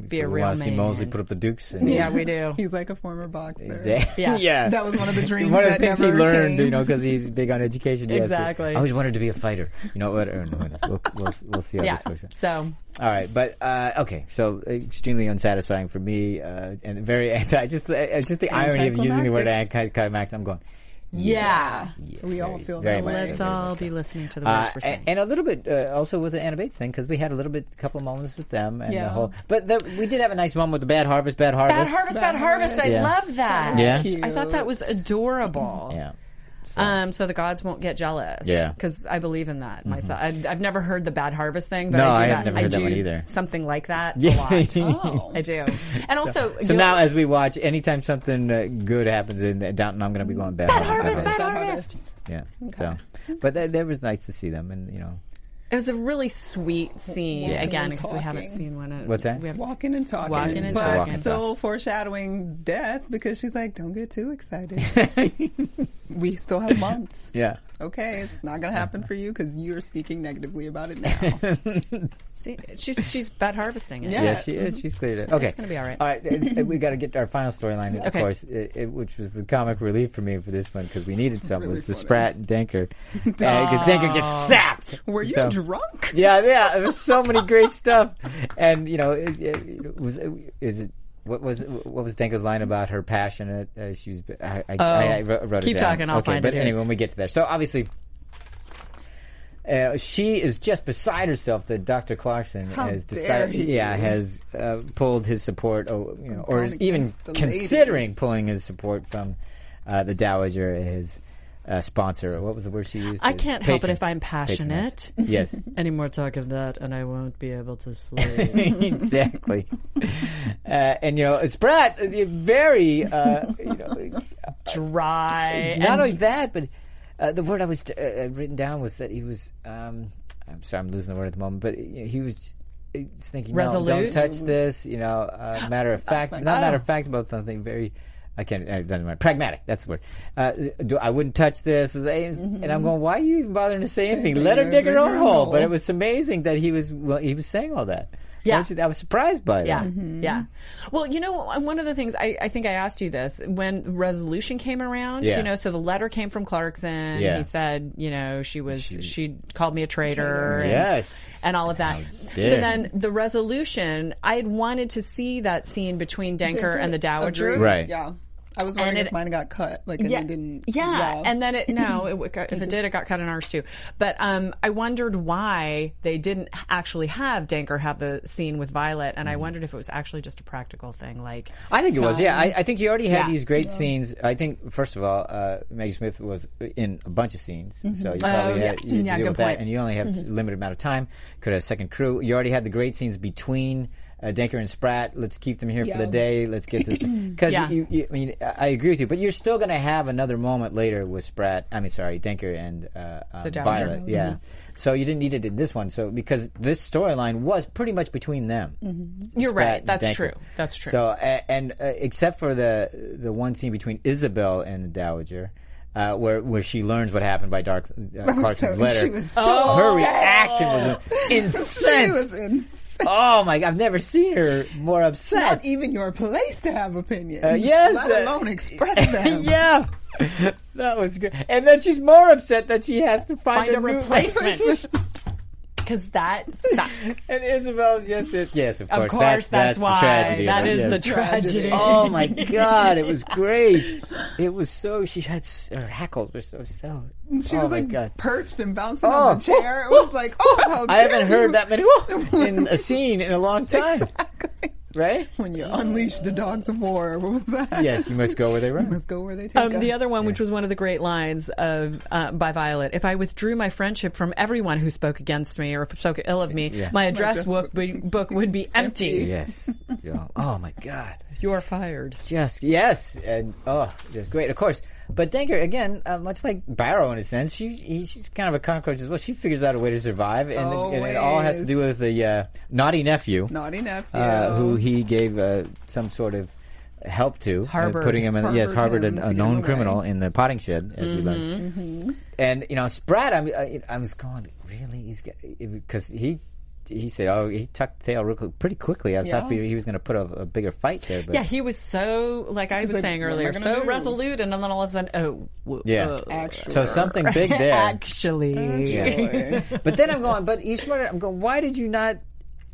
Speaker 3: Be
Speaker 2: So
Speaker 3: a
Speaker 2: we
Speaker 3: real
Speaker 2: wanna see
Speaker 3: man.
Speaker 2: Mosley put up the Dukes. And
Speaker 3: yeah, we do.
Speaker 4: He's like a former boxer.
Speaker 3: Yeah.
Speaker 2: yeah.
Speaker 4: That was one of the dreams
Speaker 2: One of the
Speaker 4: that
Speaker 2: things he
Speaker 4: never
Speaker 2: learned,
Speaker 4: came.
Speaker 2: you know, because he's big on education. yes.
Speaker 3: Exactly.
Speaker 2: I always wanted to be a fighter. You know what? We'll, we'll, we'll, we'll see how
Speaker 3: Yeah.
Speaker 2: this works out.
Speaker 3: So
Speaker 2: All right, but uh, okay, so extremely unsatisfying for me, uh, and very anti. Just the, uh, just the irony of using the word anticlimactic. I'm going.
Speaker 3: yeah,
Speaker 2: Yeah,
Speaker 4: We all
Speaker 2: very-
Speaker 4: feel
Speaker 2: very
Speaker 4: that
Speaker 2: much so,
Speaker 4: way.
Speaker 3: let's
Speaker 2: very
Speaker 3: all
Speaker 2: much so.
Speaker 3: be listening to the
Speaker 2: Uh,
Speaker 3: words we're saying.
Speaker 2: and, and a little bit uh, also with the Anna Bates thing because we had a little bit, couple moments with them and the
Speaker 4: Yeah.
Speaker 2: whole. But the, we did have a nice moment with the Bad Harvest, Bad Harvest.
Speaker 3: Bad Harvest, Bad
Speaker 4: Bad
Speaker 3: Harvest. I
Speaker 2: Yeah.
Speaker 3: love that.
Speaker 2: Yeah.
Speaker 3: I thought that was adorable.
Speaker 2: Yeah.
Speaker 3: Um, so the gods won't get jealous.
Speaker 2: Yeah. Mm-hmm.
Speaker 3: Because I believe in that myself. I've, I've never heard the bad harvest thing, but
Speaker 2: No,
Speaker 3: I do
Speaker 2: I have
Speaker 3: that.
Speaker 2: never
Speaker 3: I
Speaker 2: heard that
Speaker 3: do
Speaker 2: one either.
Speaker 3: Something like that
Speaker 2: Yeah.
Speaker 3: a lot. Oh. I do. And also,
Speaker 2: So
Speaker 3: you know,
Speaker 2: now, as we watch, anytime something uh, good happens in Downton, I'm going to be going Bad,
Speaker 3: bad harvest, bad
Speaker 4: Bad
Speaker 3: harvest.
Speaker 2: Yeah. So, but that, that was nice to see them, and you know,
Speaker 3: It was a really sweet scene
Speaker 4: Walking
Speaker 3: again
Speaker 4: and
Speaker 3: because we haven't
Speaker 4: talking.
Speaker 3: seen one. Of,
Speaker 2: What's that?
Speaker 3: We haven't-
Speaker 4: Walking and talking,
Speaker 3: Walking and
Speaker 4: but
Speaker 3: talking.
Speaker 4: still foreshadowing death because she's like, "Don't get too excited. we still have months.
Speaker 2: yeah.
Speaker 4: Okay, it's not gonna happen for you because you're speaking negatively about it now.
Speaker 3: see, she's she's bad harvesting it.
Speaker 4: Yeah.
Speaker 2: Yeah, she is. She's cleared it. Okay,
Speaker 3: gonna be all right.
Speaker 2: All right, and- and we got to get to our final storyline, of
Speaker 3: Okay.
Speaker 2: course, i i which was the comic relief for me for this one because we needed some
Speaker 4: really
Speaker 2: was the
Speaker 4: funny.
Speaker 2: Sprat and Denker because Denker Uh, gets sapped.
Speaker 4: Were you
Speaker 2: So-
Speaker 4: drunk.
Speaker 2: Yeah, yeah. There was so many great stuff, and you know, it, it, it was is it what was what was Denka's line about her passionate? Uh, she was. I, I, I, I wrote it
Speaker 3: Oh, Keep
Speaker 2: down.
Speaker 3: talking, I'll
Speaker 2: okay,
Speaker 3: find
Speaker 2: but
Speaker 3: it here.
Speaker 2: anyway, when we get to there, so obviously. Uh, she is just beside herself that Dr. Clarkson has
Speaker 4: dare
Speaker 2: decided,
Speaker 4: he.
Speaker 2: yeah, has uh, pulled his support, oh, you know, or is
Speaker 4: God
Speaker 2: even
Speaker 4: against the lady.
Speaker 2: considering pulling his support from uh, the dowager, his uh, sponsor. What was the word she used?
Speaker 3: I
Speaker 2: His
Speaker 3: can't help it
Speaker 2: patron.
Speaker 3: if I'm passionate.
Speaker 2: Patroness. Yes.
Speaker 3: Any more talk of that, and I won't be able to sleep.
Speaker 2: exactly. Uh, and you know, it's Brad. uh, Very, uh, you know,
Speaker 3: Dry.
Speaker 2: not only that, but uh, the word I was uh, uh, written down was that he was. Um, I'm sorry, I'm losing the word at the moment, but you know, he was. uh, just thinking, no, don't
Speaker 3: Resolute?
Speaker 2: touch this. You know, uh, matter of fact, not matter of fact about something very. I can't. It doesn't matter. Pragmatic. That's the word. Uh, do, I wouldn't touch this. Is- is- And I'm going. Why are you even bothering to say anything? Let her
Speaker 4: her
Speaker 2: dig her
Speaker 4: dig
Speaker 2: own
Speaker 4: her
Speaker 2: hole.
Speaker 4: hole.
Speaker 2: But it was amazing that he was. Well, he was saying all that.
Speaker 3: Yeah.
Speaker 2: Don't you- I was surprised by that.
Speaker 3: Yeah,
Speaker 4: Mm-hmm.
Speaker 3: yeah. Well, you know, one of the things I, I think I asked you this when resolution came around.
Speaker 2: Yeah.
Speaker 3: You know, so the letter came from Clarkson.
Speaker 2: Yeah.
Speaker 3: He said, you know, she was
Speaker 2: She-
Speaker 3: she, called me a traitor. and-
Speaker 2: Yes.
Speaker 3: and all of that.
Speaker 2: dare
Speaker 3: So
Speaker 2: you.
Speaker 3: then the resolution, I had wanted to see that scene between Denker, and the Dowager.
Speaker 4: Agreed.
Speaker 2: Right.
Speaker 4: Yeah. I was wondering
Speaker 3: And
Speaker 4: if
Speaker 3: it-
Speaker 4: mine got cut. Like, and
Speaker 3: Yeah,
Speaker 4: it didn't.
Speaker 3: yeah. and then it no, it, got, if it did, it got cut in ours too. But um, I wondered why they didn't actually have Danker have the scene with Violet, and
Speaker 2: Mm-hmm.
Speaker 3: I wondered if it was actually just a practical thing, like
Speaker 2: I think it was. Yeah, I, I think he already had
Speaker 3: Yeah.
Speaker 2: these great scenes. I think first of all, uh, Maggie Smith was in a bunch of scenes, so you probably
Speaker 3: Mm-hmm. Oh, yeah.
Speaker 2: had you had to
Speaker 3: Yeah,
Speaker 2: deal
Speaker 3: good
Speaker 2: with that,
Speaker 3: point. Mm-hmm.
Speaker 2: and you only have a limited amount of time. Could have a second crew. You already had the great scenes between. Uh, Denker and Spratt, let's keep them here for the
Speaker 4: Yeah.
Speaker 2: day. Let's get this because
Speaker 3: Yeah.
Speaker 2: you, you, I mean, I I agree with you, but you're still going to have another moment later with Spratt. I mean, sorry, Denker and uh, um,
Speaker 3: Dowager. Mm-hmm.
Speaker 2: Violet. Yeah, so you didn't need it in this one. So because this storyline was pretty much between them.
Speaker 3: you're right.
Speaker 2: Pratt and
Speaker 3: That's
Speaker 2: Danker.
Speaker 3: true. That's true.
Speaker 2: So a- and uh, except for the the one scene between Isabel and the Dowager, uh, where where she learns what happened by Dark uh, Clarkson's
Speaker 4: so-
Speaker 2: letter,
Speaker 4: she was so
Speaker 2: her reaction was
Speaker 4: She
Speaker 2: incensed.
Speaker 4: was in.
Speaker 2: oh my! I've never seen her more upset.
Speaker 4: Not even your place to have opinions.
Speaker 2: yes, uh,
Speaker 4: Let alone express them.
Speaker 2: yeah. That was great, and then she's more upset that she has to find,
Speaker 3: Find a
Speaker 2: new-
Speaker 3: replacement because that sucks.
Speaker 2: and Isabel's just, just yes, of course,
Speaker 3: Of course, that's,
Speaker 2: that's,
Speaker 3: why.
Speaker 2: the tragedy.
Speaker 3: that
Speaker 2: of it,
Speaker 3: is
Speaker 2: yes.
Speaker 3: the tragedy.
Speaker 2: Oh my god, it was great. It was so she had s- her hackles were so so.
Speaker 4: She
Speaker 2: oh
Speaker 4: was
Speaker 2: my
Speaker 4: like
Speaker 2: god.
Speaker 4: perched and bouncing
Speaker 2: Oh.
Speaker 4: on the chair. It was like, oh, how
Speaker 2: I haven't
Speaker 4: dare you.
Speaker 2: heard that many whoa, in a scene in a long time. Right?
Speaker 4: When you unleash the dogs of war, what was that?
Speaker 2: Yes, you must go where they run.
Speaker 4: Must go where they take
Speaker 3: Um,
Speaker 4: us.
Speaker 3: the other one, which was one of the great lines of uh, by Violet, if I withdrew my friendship from everyone who spoke against me or spoke ill of me,
Speaker 2: Yeah.
Speaker 3: my address
Speaker 4: address
Speaker 3: book, be, book would be empty.
Speaker 2: Yes. Yeah. Oh my god.
Speaker 3: You're fired.
Speaker 2: Just yes, and oh, just great. Of course, but Denker again, uh, much like Barrow in a sense, she he, she's kind of a cockroach as well. She figures out a way to survive, and,
Speaker 4: Oh,
Speaker 2: and it all has to do with the uh, naughty nephew,
Speaker 4: Naughty nephew.
Speaker 2: uh, who he gave uh, some sort of help to, uh,
Speaker 3: Harbored.
Speaker 2: putting him in yes,
Speaker 4: Harbored
Speaker 2: harbored
Speaker 4: him
Speaker 2: an-
Speaker 4: to
Speaker 2: a
Speaker 4: get
Speaker 2: known
Speaker 4: away.
Speaker 2: criminal in the potting shed, as we learned. Mm-hmm. And you know, Spratt, I, mean, I, I was going, really? He's because he. He said, "Oh, he tucked tail real quick, pretty quickly. I thought he was going to put a, a bigger fight there, but
Speaker 3: Yeah, he was so like I was
Speaker 4: like,
Speaker 3: saying
Speaker 4: what am I
Speaker 3: earlier,
Speaker 4: gonna
Speaker 3: so
Speaker 4: do?
Speaker 3: resolute, and then all of a sudden, oh, whoa,
Speaker 2: Yeah.
Speaker 3: uh,
Speaker 4: Actually.
Speaker 2: So something big there.
Speaker 3: actually,
Speaker 2: Yeah. but then I'm going, but Eastman, I'm going, why did you not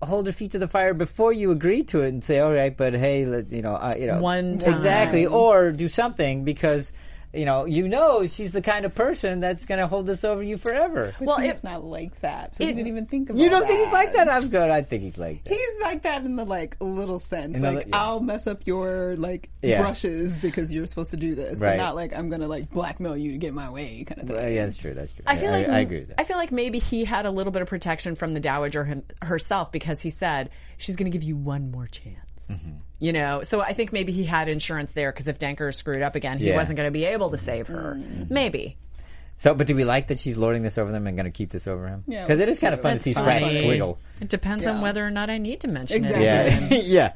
Speaker 2: hold your feet to the fire before you agreed to it and say, all right, but hey, let, you know, uh, you know,
Speaker 3: One
Speaker 2: exactly, or do something because. You know, you know she's the kind of person that's going to hold this over you forever.
Speaker 3: well,
Speaker 4: He's
Speaker 3: if-
Speaker 4: not like that. So he
Speaker 3: it-
Speaker 4: didn't even think about
Speaker 2: You don't think he's like that? I'm good. I think he's like that.
Speaker 4: He's like that in the like little sense.
Speaker 2: the
Speaker 4: like
Speaker 2: li- yeah.
Speaker 4: I'll mess up your like
Speaker 2: Yeah.
Speaker 4: brushes because you're supposed to do this,
Speaker 2: Right.
Speaker 4: but not like I'm gonna like blackmail you to get my way kind of thing.
Speaker 2: Uh, yeah, that's true. That's true.
Speaker 3: I feel like
Speaker 2: I, agree with that.
Speaker 3: I feel like maybe he had a little bit of protection from the dowager him, herself because he said she's going to give you one more chance.
Speaker 2: Mm-hmm.
Speaker 3: You know, so I think maybe he had insurance there because if Denker screwed up again, he
Speaker 2: Yeah. Mm-hmm.
Speaker 3: wasn't going to be able to save her. Maybe.
Speaker 2: so, but do we like that she's lording this over them and going to keep this over him?
Speaker 4: Yeah,
Speaker 2: because it
Speaker 4: that's
Speaker 2: is kind of fun to see Scratch
Speaker 3: Funny.
Speaker 2: squiggle.
Speaker 3: It depends on whether or not I need to mention
Speaker 4: Exactly.
Speaker 2: Yeah,
Speaker 3: it.
Speaker 2: yeah.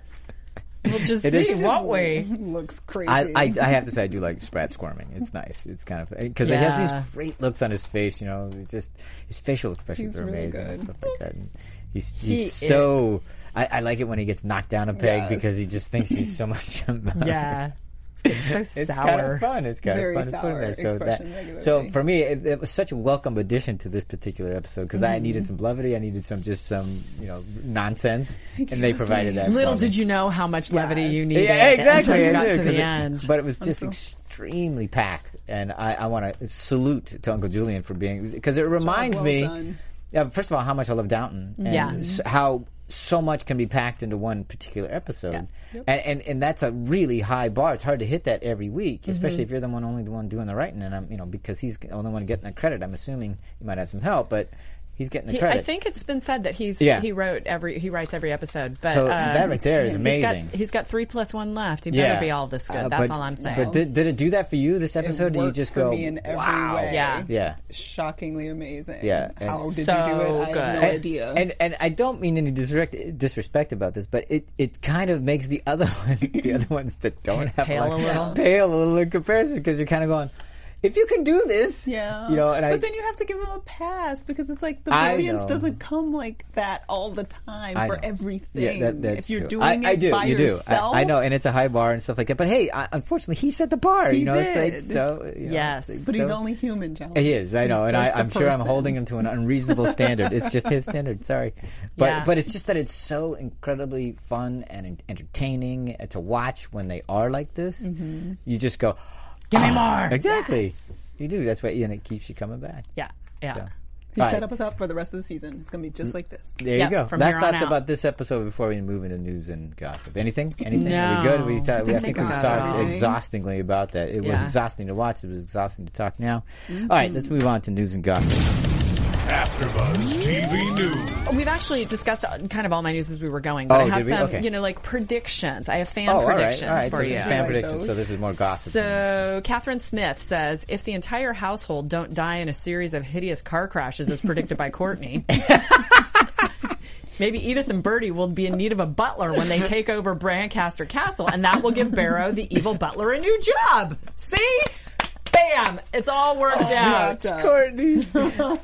Speaker 3: We'll just
Speaker 2: It is-
Speaker 3: see, won't we?
Speaker 4: Looks crazy.
Speaker 2: I, I, I have to say I do like Sprat squirming. It's nice. It's kind of because he has
Speaker 3: Yeah.
Speaker 2: these great looks on his face. You know, it's just his facial expressions
Speaker 4: He's
Speaker 2: are
Speaker 4: really
Speaker 2: amazing and
Speaker 4: good.
Speaker 2: stuff like that. And he's he's so. I, I like it when he gets knocked down a peg
Speaker 4: Yes.
Speaker 2: because he just thinks he's so much. above it.
Speaker 3: Yeah. It's so
Speaker 2: It's kind
Speaker 3: sour.
Speaker 2: of fun. It's kind
Speaker 4: Very
Speaker 2: of fun to put in
Speaker 4: sour
Speaker 2: there. So,
Speaker 4: expression
Speaker 2: that,
Speaker 4: regularly.
Speaker 2: so for me, it, it was such a welcome addition to this particular episode because I
Speaker 4: Mm.
Speaker 2: needed some levity. I needed some just some you know nonsense, and they provided that. for
Speaker 3: Little
Speaker 2: me.
Speaker 3: did you know how much levity you needed.
Speaker 2: Yeah, exactly.
Speaker 3: Until you
Speaker 2: I
Speaker 3: got
Speaker 2: did,
Speaker 3: to
Speaker 2: 'cause
Speaker 3: the
Speaker 2: it-
Speaker 3: end.
Speaker 2: But it was just extremely packed, and I, I want to salute to Uncle Julian for being because it reminds
Speaker 4: well
Speaker 2: me.
Speaker 4: done.
Speaker 2: Yeah, first of all, how much I love Downton, and
Speaker 3: Yeah. Mm-hmm.
Speaker 2: s- how so much can be packed into one particular episode, and, and and that's a really high bar. It's hard to hit that every
Speaker 3: Mm-hmm.
Speaker 2: week, especially if you're the one only the one doing the writing, and I'm you know because he's the only one getting the credit. I'm assuming you might have some help, but he's getting the
Speaker 3: He-
Speaker 2: credit.
Speaker 3: I think it's been said that he's
Speaker 2: Yeah.
Speaker 3: he wrote every he writes every episode. But
Speaker 2: so
Speaker 3: uh,
Speaker 2: that right there is
Speaker 3: he's got-
Speaker 2: amazing.
Speaker 3: he's got three plus one left. He better be all this good.
Speaker 2: Uh,
Speaker 3: That's
Speaker 2: but-
Speaker 3: all I'm saying.
Speaker 2: But did, did it do that for you this episode? Do you
Speaker 4: worked
Speaker 2: just
Speaker 4: for
Speaker 2: go,
Speaker 4: me in every
Speaker 2: wow,
Speaker 4: way.
Speaker 3: Yeah.
Speaker 2: yeah.
Speaker 4: Shockingly amazing.
Speaker 2: Yeah, and-
Speaker 4: How did
Speaker 3: So
Speaker 4: you do it? I
Speaker 3: good.
Speaker 4: have no
Speaker 3: And-
Speaker 4: idea.
Speaker 2: And and I don't mean any disrespect, disrespect about this, but it, it kind of makes the other one, the other ones that don't have
Speaker 3: Pale a
Speaker 2: like,
Speaker 3: little.
Speaker 2: pale a little in comparison because you're kind of going, if you can do this,
Speaker 4: yeah.
Speaker 2: you know, and
Speaker 4: but
Speaker 2: I
Speaker 4: then you have to give him a pass because it's like the
Speaker 2: I
Speaker 4: brilliance
Speaker 2: know.
Speaker 4: doesn't come like that all the time
Speaker 2: I
Speaker 4: for
Speaker 2: know.
Speaker 4: everything.
Speaker 2: Yeah, that- that's
Speaker 4: if you're
Speaker 2: true.
Speaker 4: doing
Speaker 2: I,
Speaker 4: it
Speaker 2: I do,
Speaker 4: by
Speaker 2: you
Speaker 4: yourself,
Speaker 2: do. I, I know, and it's a high bar and stuff like that. But hey, I, unfortunately, he set the bar.
Speaker 4: He
Speaker 2: you know, it's
Speaker 4: did.
Speaker 2: like so. You know,
Speaker 3: Yes.
Speaker 2: it's like
Speaker 4: But he's
Speaker 2: so-
Speaker 4: only human, John.
Speaker 2: He is, I know,
Speaker 4: He's
Speaker 2: and I,
Speaker 4: just a
Speaker 2: I'm sure I'm
Speaker 4: person.
Speaker 2: holding him to an unreasonable standard. It's just his standard. Sorry, but
Speaker 3: Yeah.
Speaker 2: but it's just that it's so incredibly fun and en- entertaining to watch when they are like this. You just go, give me more. Exactly, you do. That's why, and it keeps you coming back.
Speaker 3: yeah, yeah.
Speaker 2: So.
Speaker 4: He
Speaker 2: All
Speaker 4: set
Speaker 2: right.
Speaker 4: up us up for the rest of the season. It's going to be just like this.
Speaker 2: There
Speaker 3: Yep,
Speaker 2: you go.
Speaker 3: from
Speaker 2: Last
Speaker 3: here on
Speaker 2: thoughts
Speaker 3: out.
Speaker 2: about this episode before we move into news and gossip. Anything? Anything? Are
Speaker 3: No.
Speaker 2: we good? We, ta- we I,
Speaker 4: I
Speaker 2: think
Speaker 4: think
Speaker 2: we've
Speaker 4: about
Speaker 2: talked
Speaker 4: everything.
Speaker 2: exhaustingly about that. It was
Speaker 3: Yeah.
Speaker 2: exhausting to watch. It was exhausting to talk now. All right, let's move on to news and gossip.
Speaker 1: AfterBuzz TV News.
Speaker 3: We've actually discussed uh, kind of all my news as we were going, but
Speaker 2: Oh,
Speaker 3: I have
Speaker 2: did we?
Speaker 3: some,
Speaker 2: Okay.
Speaker 3: you know, like predictions. I have fan
Speaker 2: Oh, all right,
Speaker 3: predictions
Speaker 2: all right.
Speaker 3: for
Speaker 2: so
Speaker 3: you.
Speaker 2: this is fan
Speaker 4: like
Speaker 2: predictions. So
Speaker 4: those.
Speaker 2: this is more gossip.
Speaker 3: So, Catherine Smith says if the entire household don't die in a series of hideous car crashes as predicted by Courtney, maybe Edith and Bertie will be in need of a butler when they take over Brancaster Castle, and that will give Barrow, the evil butler, a new job. See? Bam! It's all worked
Speaker 4: Oh,
Speaker 3: out.
Speaker 4: Wrapped up.
Speaker 2: Courtney.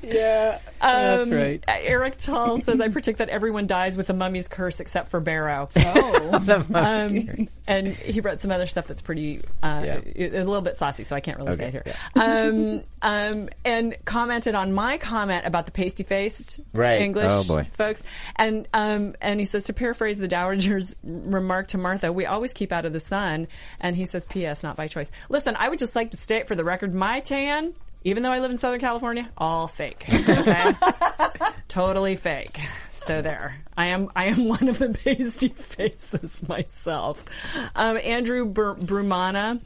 Speaker 2: yeah, that's
Speaker 3: Um,
Speaker 2: right.
Speaker 3: Eric Tull says, I predict that everyone dies with the mummy's curse except for Barrow.
Speaker 4: Oh,
Speaker 3: Um, and he wrote some other stuff that's pretty, uh,
Speaker 2: Yeah.
Speaker 3: i- a little bit saucy, so I can't really
Speaker 2: Okay,
Speaker 3: say it here. Um, um, and commented on my comment about the pasty faced
Speaker 2: Right.
Speaker 3: English
Speaker 2: Oh, boy.
Speaker 3: folks. And, um, and he says, to paraphrase the Dowager's remark to Martha, we always keep out of the sun. And he says, P.S., not by choice. Listen, I would just like to state for the record my tan. Even though I live in Southern California, all fake. Okay? totally fake. So there, I am. I am one of the pasty faces myself. Um, Andrew Br- Brumana.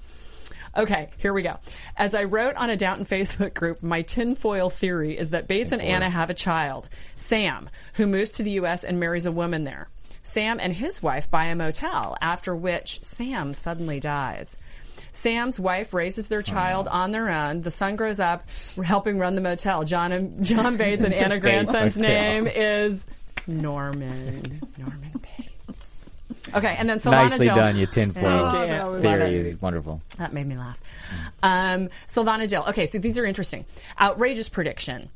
Speaker 3: Okay, here we go. As I wrote on a Downton Facebook group, my tinfoil theory is that Bates and Anna have a child, Sam, who moves to the U.S. and marries a woman there. Sam and his wife buy a motel, after which Sam suddenly dies. Sam's wife raises
Speaker 2: Oh,
Speaker 3: their child on their own. The son grows up, helping run the motel. John and John Bates and Anna grandson's
Speaker 2: Motel.
Speaker 3: name is Norman. Norman Bates. Okay, and then Solana
Speaker 2: Nicely
Speaker 3: Del-
Speaker 2: done, you tinfoil
Speaker 3: Thank you.
Speaker 2: theory is wonderful.
Speaker 3: That made me laugh. Um, Sylvana Dill. Okay, so these are interesting. Outrageous prediction.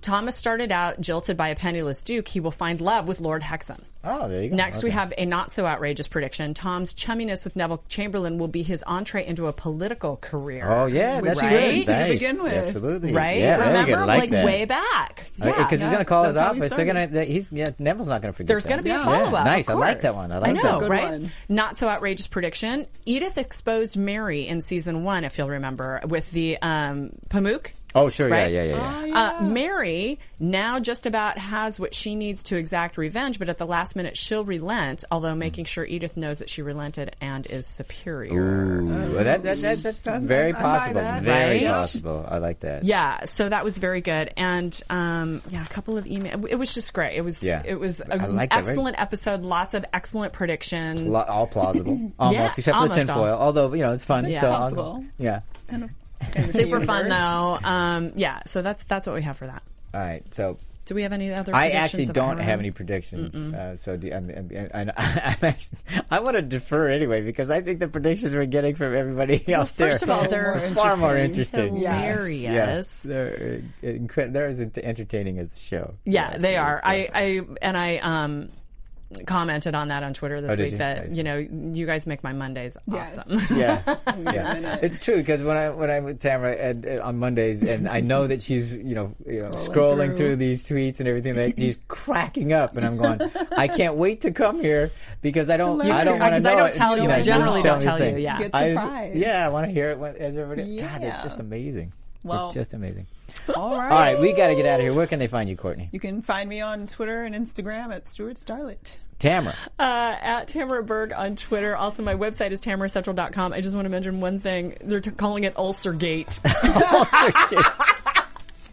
Speaker 3: Thomas started out jilted by a penniless duke. He will find love with Lord Hexham.
Speaker 2: Oh, there you go.
Speaker 3: Next, we
Speaker 2: Okay.
Speaker 3: have a not so outrageous prediction. Tom's chumminess with Neville Chamberlain will be his entree into a political career.
Speaker 2: Oh yeah, that's
Speaker 3: Right?
Speaker 2: good.
Speaker 3: To
Speaker 2: Nice.
Speaker 4: begin with.
Speaker 2: absolutely.
Speaker 3: Right?
Speaker 2: Yeah, very
Speaker 3: Remember,
Speaker 2: good. Like, that.
Speaker 3: way back. Yeah.
Speaker 2: Because he's going to call his
Speaker 4: that's how we
Speaker 2: office. They're going
Speaker 4: started.
Speaker 2: to. He's yeah, Neville's not going to forget.
Speaker 3: There's
Speaker 2: that.
Speaker 3: going to be
Speaker 2: Yeah,
Speaker 3: a follow up.
Speaker 2: Nice. I like that one. I like
Speaker 3: know,
Speaker 2: that. One.
Speaker 4: Good
Speaker 3: right?
Speaker 4: one.
Speaker 3: Not so outrageous prediction. Edith exposed Mary in season one, if you'll remember, with the um, Pamuk.
Speaker 2: Oh sure.
Speaker 3: Right?
Speaker 2: Yeah. Yeah. Yeah. yeah.
Speaker 3: Uh, Mary now just about has what she needs to exact revenge, but at the last minute she'll relent, although making sure Edith knows that she relented and is superior.
Speaker 2: Ooh, that, that, that, that's very
Speaker 4: I buy
Speaker 2: possible.
Speaker 4: that.
Speaker 2: Very
Speaker 3: Right?
Speaker 2: possible. I like that.
Speaker 3: Yeah, so that was very good, and um, yeah, a couple of emails. It was just great. It was
Speaker 2: Yeah.
Speaker 3: it was
Speaker 2: I
Speaker 3: an
Speaker 2: like that, very-
Speaker 3: excellent episode. Lots of excellent predictions.
Speaker 2: Lo- all plausible, almost except for the
Speaker 3: almost all.
Speaker 2: tinfoil. Although you know it's fun.
Speaker 3: Yeah.
Speaker 2: so I'll-
Speaker 4: Possible.
Speaker 2: yeah.
Speaker 3: Super fun though. Um, yeah, so that's that's what we have for that.
Speaker 2: All right. So
Speaker 3: Do we have any other?
Speaker 2: I
Speaker 3: predictions
Speaker 2: actually
Speaker 3: of
Speaker 2: don't
Speaker 3: our
Speaker 2: have
Speaker 3: own?
Speaker 2: any predictions. Uh, so do, I'm, I'm, I'm, I'm actually, I want to defer anyway because I think the predictions we're getting from everybody else
Speaker 3: First
Speaker 2: there
Speaker 3: of all,
Speaker 2: are
Speaker 3: they're
Speaker 2: far more interesting.
Speaker 3: hilarious.
Speaker 2: Yes, they're uh, incre- They're as ent- entertaining as the show.
Speaker 3: Yeah,
Speaker 2: Yes,
Speaker 3: they
Speaker 2: yes,
Speaker 3: are.
Speaker 2: so-
Speaker 3: I, I and I um commented on that on Twitter this
Speaker 2: Oh, did
Speaker 3: week
Speaker 2: you?
Speaker 3: that
Speaker 2: Nice.
Speaker 3: you know you guys make my Mondays
Speaker 4: Yes.
Speaker 3: awesome.
Speaker 2: Yeah, yeah. it's true because when I when I'm with Tamara and, uh, on Mondays, and I know that she's you know you know, scrolling,
Speaker 3: through.
Speaker 2: through. these tweets and everything, like she's cracking up, and I'm going, I can't wait to come here because I don't I don't
Speaker 3: Yeah,
Speaker 2: want to
Speaker 3: 'cause
Speaker 2: know
Speaker 3: I don't
Speaker 2: it.
Speaker 3: tell you.
Speaker 4: I
Speaker 2: just
Speaker 4: generally don't
Speaker 2: me
Speaker 3: tell you,
Speaker 2: things.
Speaker 3: yeah.
Speaker 4: Get
Speaker 2: I just-
Speaker 4: surprised.
Speaker 2: yeah, I want to hear it when, as everybody. God, it's just
Speaker 4: Yeah.
Speaker 2: amazing.
Speaker 4: Well.
Speaker 2: it's just amazing.
Speaker 4: All right.
Speaker 2: All right, we got to get out of here. Where can they find you, Courtney?
Speaker 4: You can find me on Twitter and Instagram at Stuart Starlet.
Speaker 2: Tamara.
Speaker 3: uh, at Tamara Berg on Twitter. Also, my website is tamaracentral.com. I just want to mention one thing. They're t- calling it Ulcergate.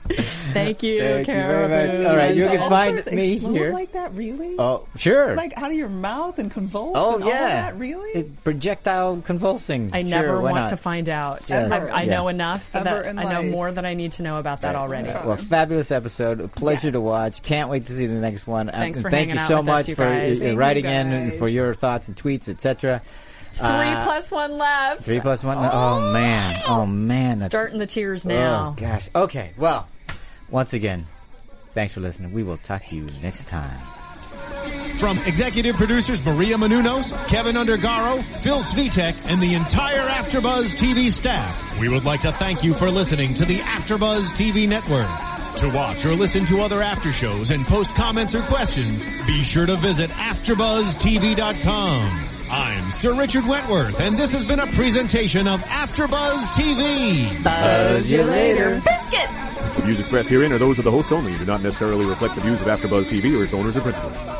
Speaker 3: Thank you,
Speaker 2: Thank you very
Speaker 3: Caribou.
Speaker 2: much. All right, you can
Speaker 4: Ulcers
Speaker 2: find me
Speaker 4: explode
Speaker 2: here.
Speaker 4: Like that, really?
Speaker 2: Oh, sure.
Speaker 4: like out of your mouth and convulse?
Speaker 2: oh
Speaker 4: and
Speaker 2: yeah.
Speaker 4: all that, really?
Speaker 2: It- projectile convulsing.
Speaker 3: I never
Speaker 2: Sure, why
Speaker 3: want
Speaker 2: not?
Speaker 3: to find out.
Speaker 2: Yes.
Speaker 3: I, I
Speaker 2: Yeah.
Speaker 3: know enough.
Speaker 4: Ever
Speaker 3: That
Speaker 4: in
Speaker 3: I know
Speaker 4: life.
Speaker 3: more than I need to know about that already.
Speaker 2: All right, Well, fabulous episode. A pleasure to watch. Can't wait to see the next one.
Speaker 3: Thanks
Speaker 2: and
Speaker 3: for
Speaker 2: thank
Speaker 3: hanging
Speaker 2: you
Speaker 3: out
Speaker 2: so
Speaker 3: with us,
Speaker 2: much
Speaker 3: you
Speaker 2: for
Speaker 3: guys.
Speaker 2: uh,
Speaker 4: Thank
Speaker 2: writing
Speaker 4: you
Speaker 2: in and
Speaker 4: guys.
Speaker 2: for your thoughts and tweets, etc.
Speaker 3: Three plus one left.
Speaker 2: uh, Three plus one. Oh man. Oh man. That's,
Speaker 3: Starting the tears
Speaker 2: oh
Speaker 3: now.
Speaker 2: gosh. Okay. Well, once again, thanks for listening. We will talk to you next time.
Speaker 1: From executive producers Maria Manunos, Kevin Undergaro, Phil Svitek, and the entire Afterbuzz TV staff, we would like to thank you for listening to the Afterbuzz TV network. To watch or listen to other after shows and post comments or questions, be sure to visit AfterbuzzTV.com. I'm Sir Richard Wentworth, and this has been a presentation of Afterbuzz TV.
Speaker 2: you later.
Speaker 5: The views expressed herein are those of the hosts only and do not necessarily reflect the views of AfterBuzz TV or its owners or principals.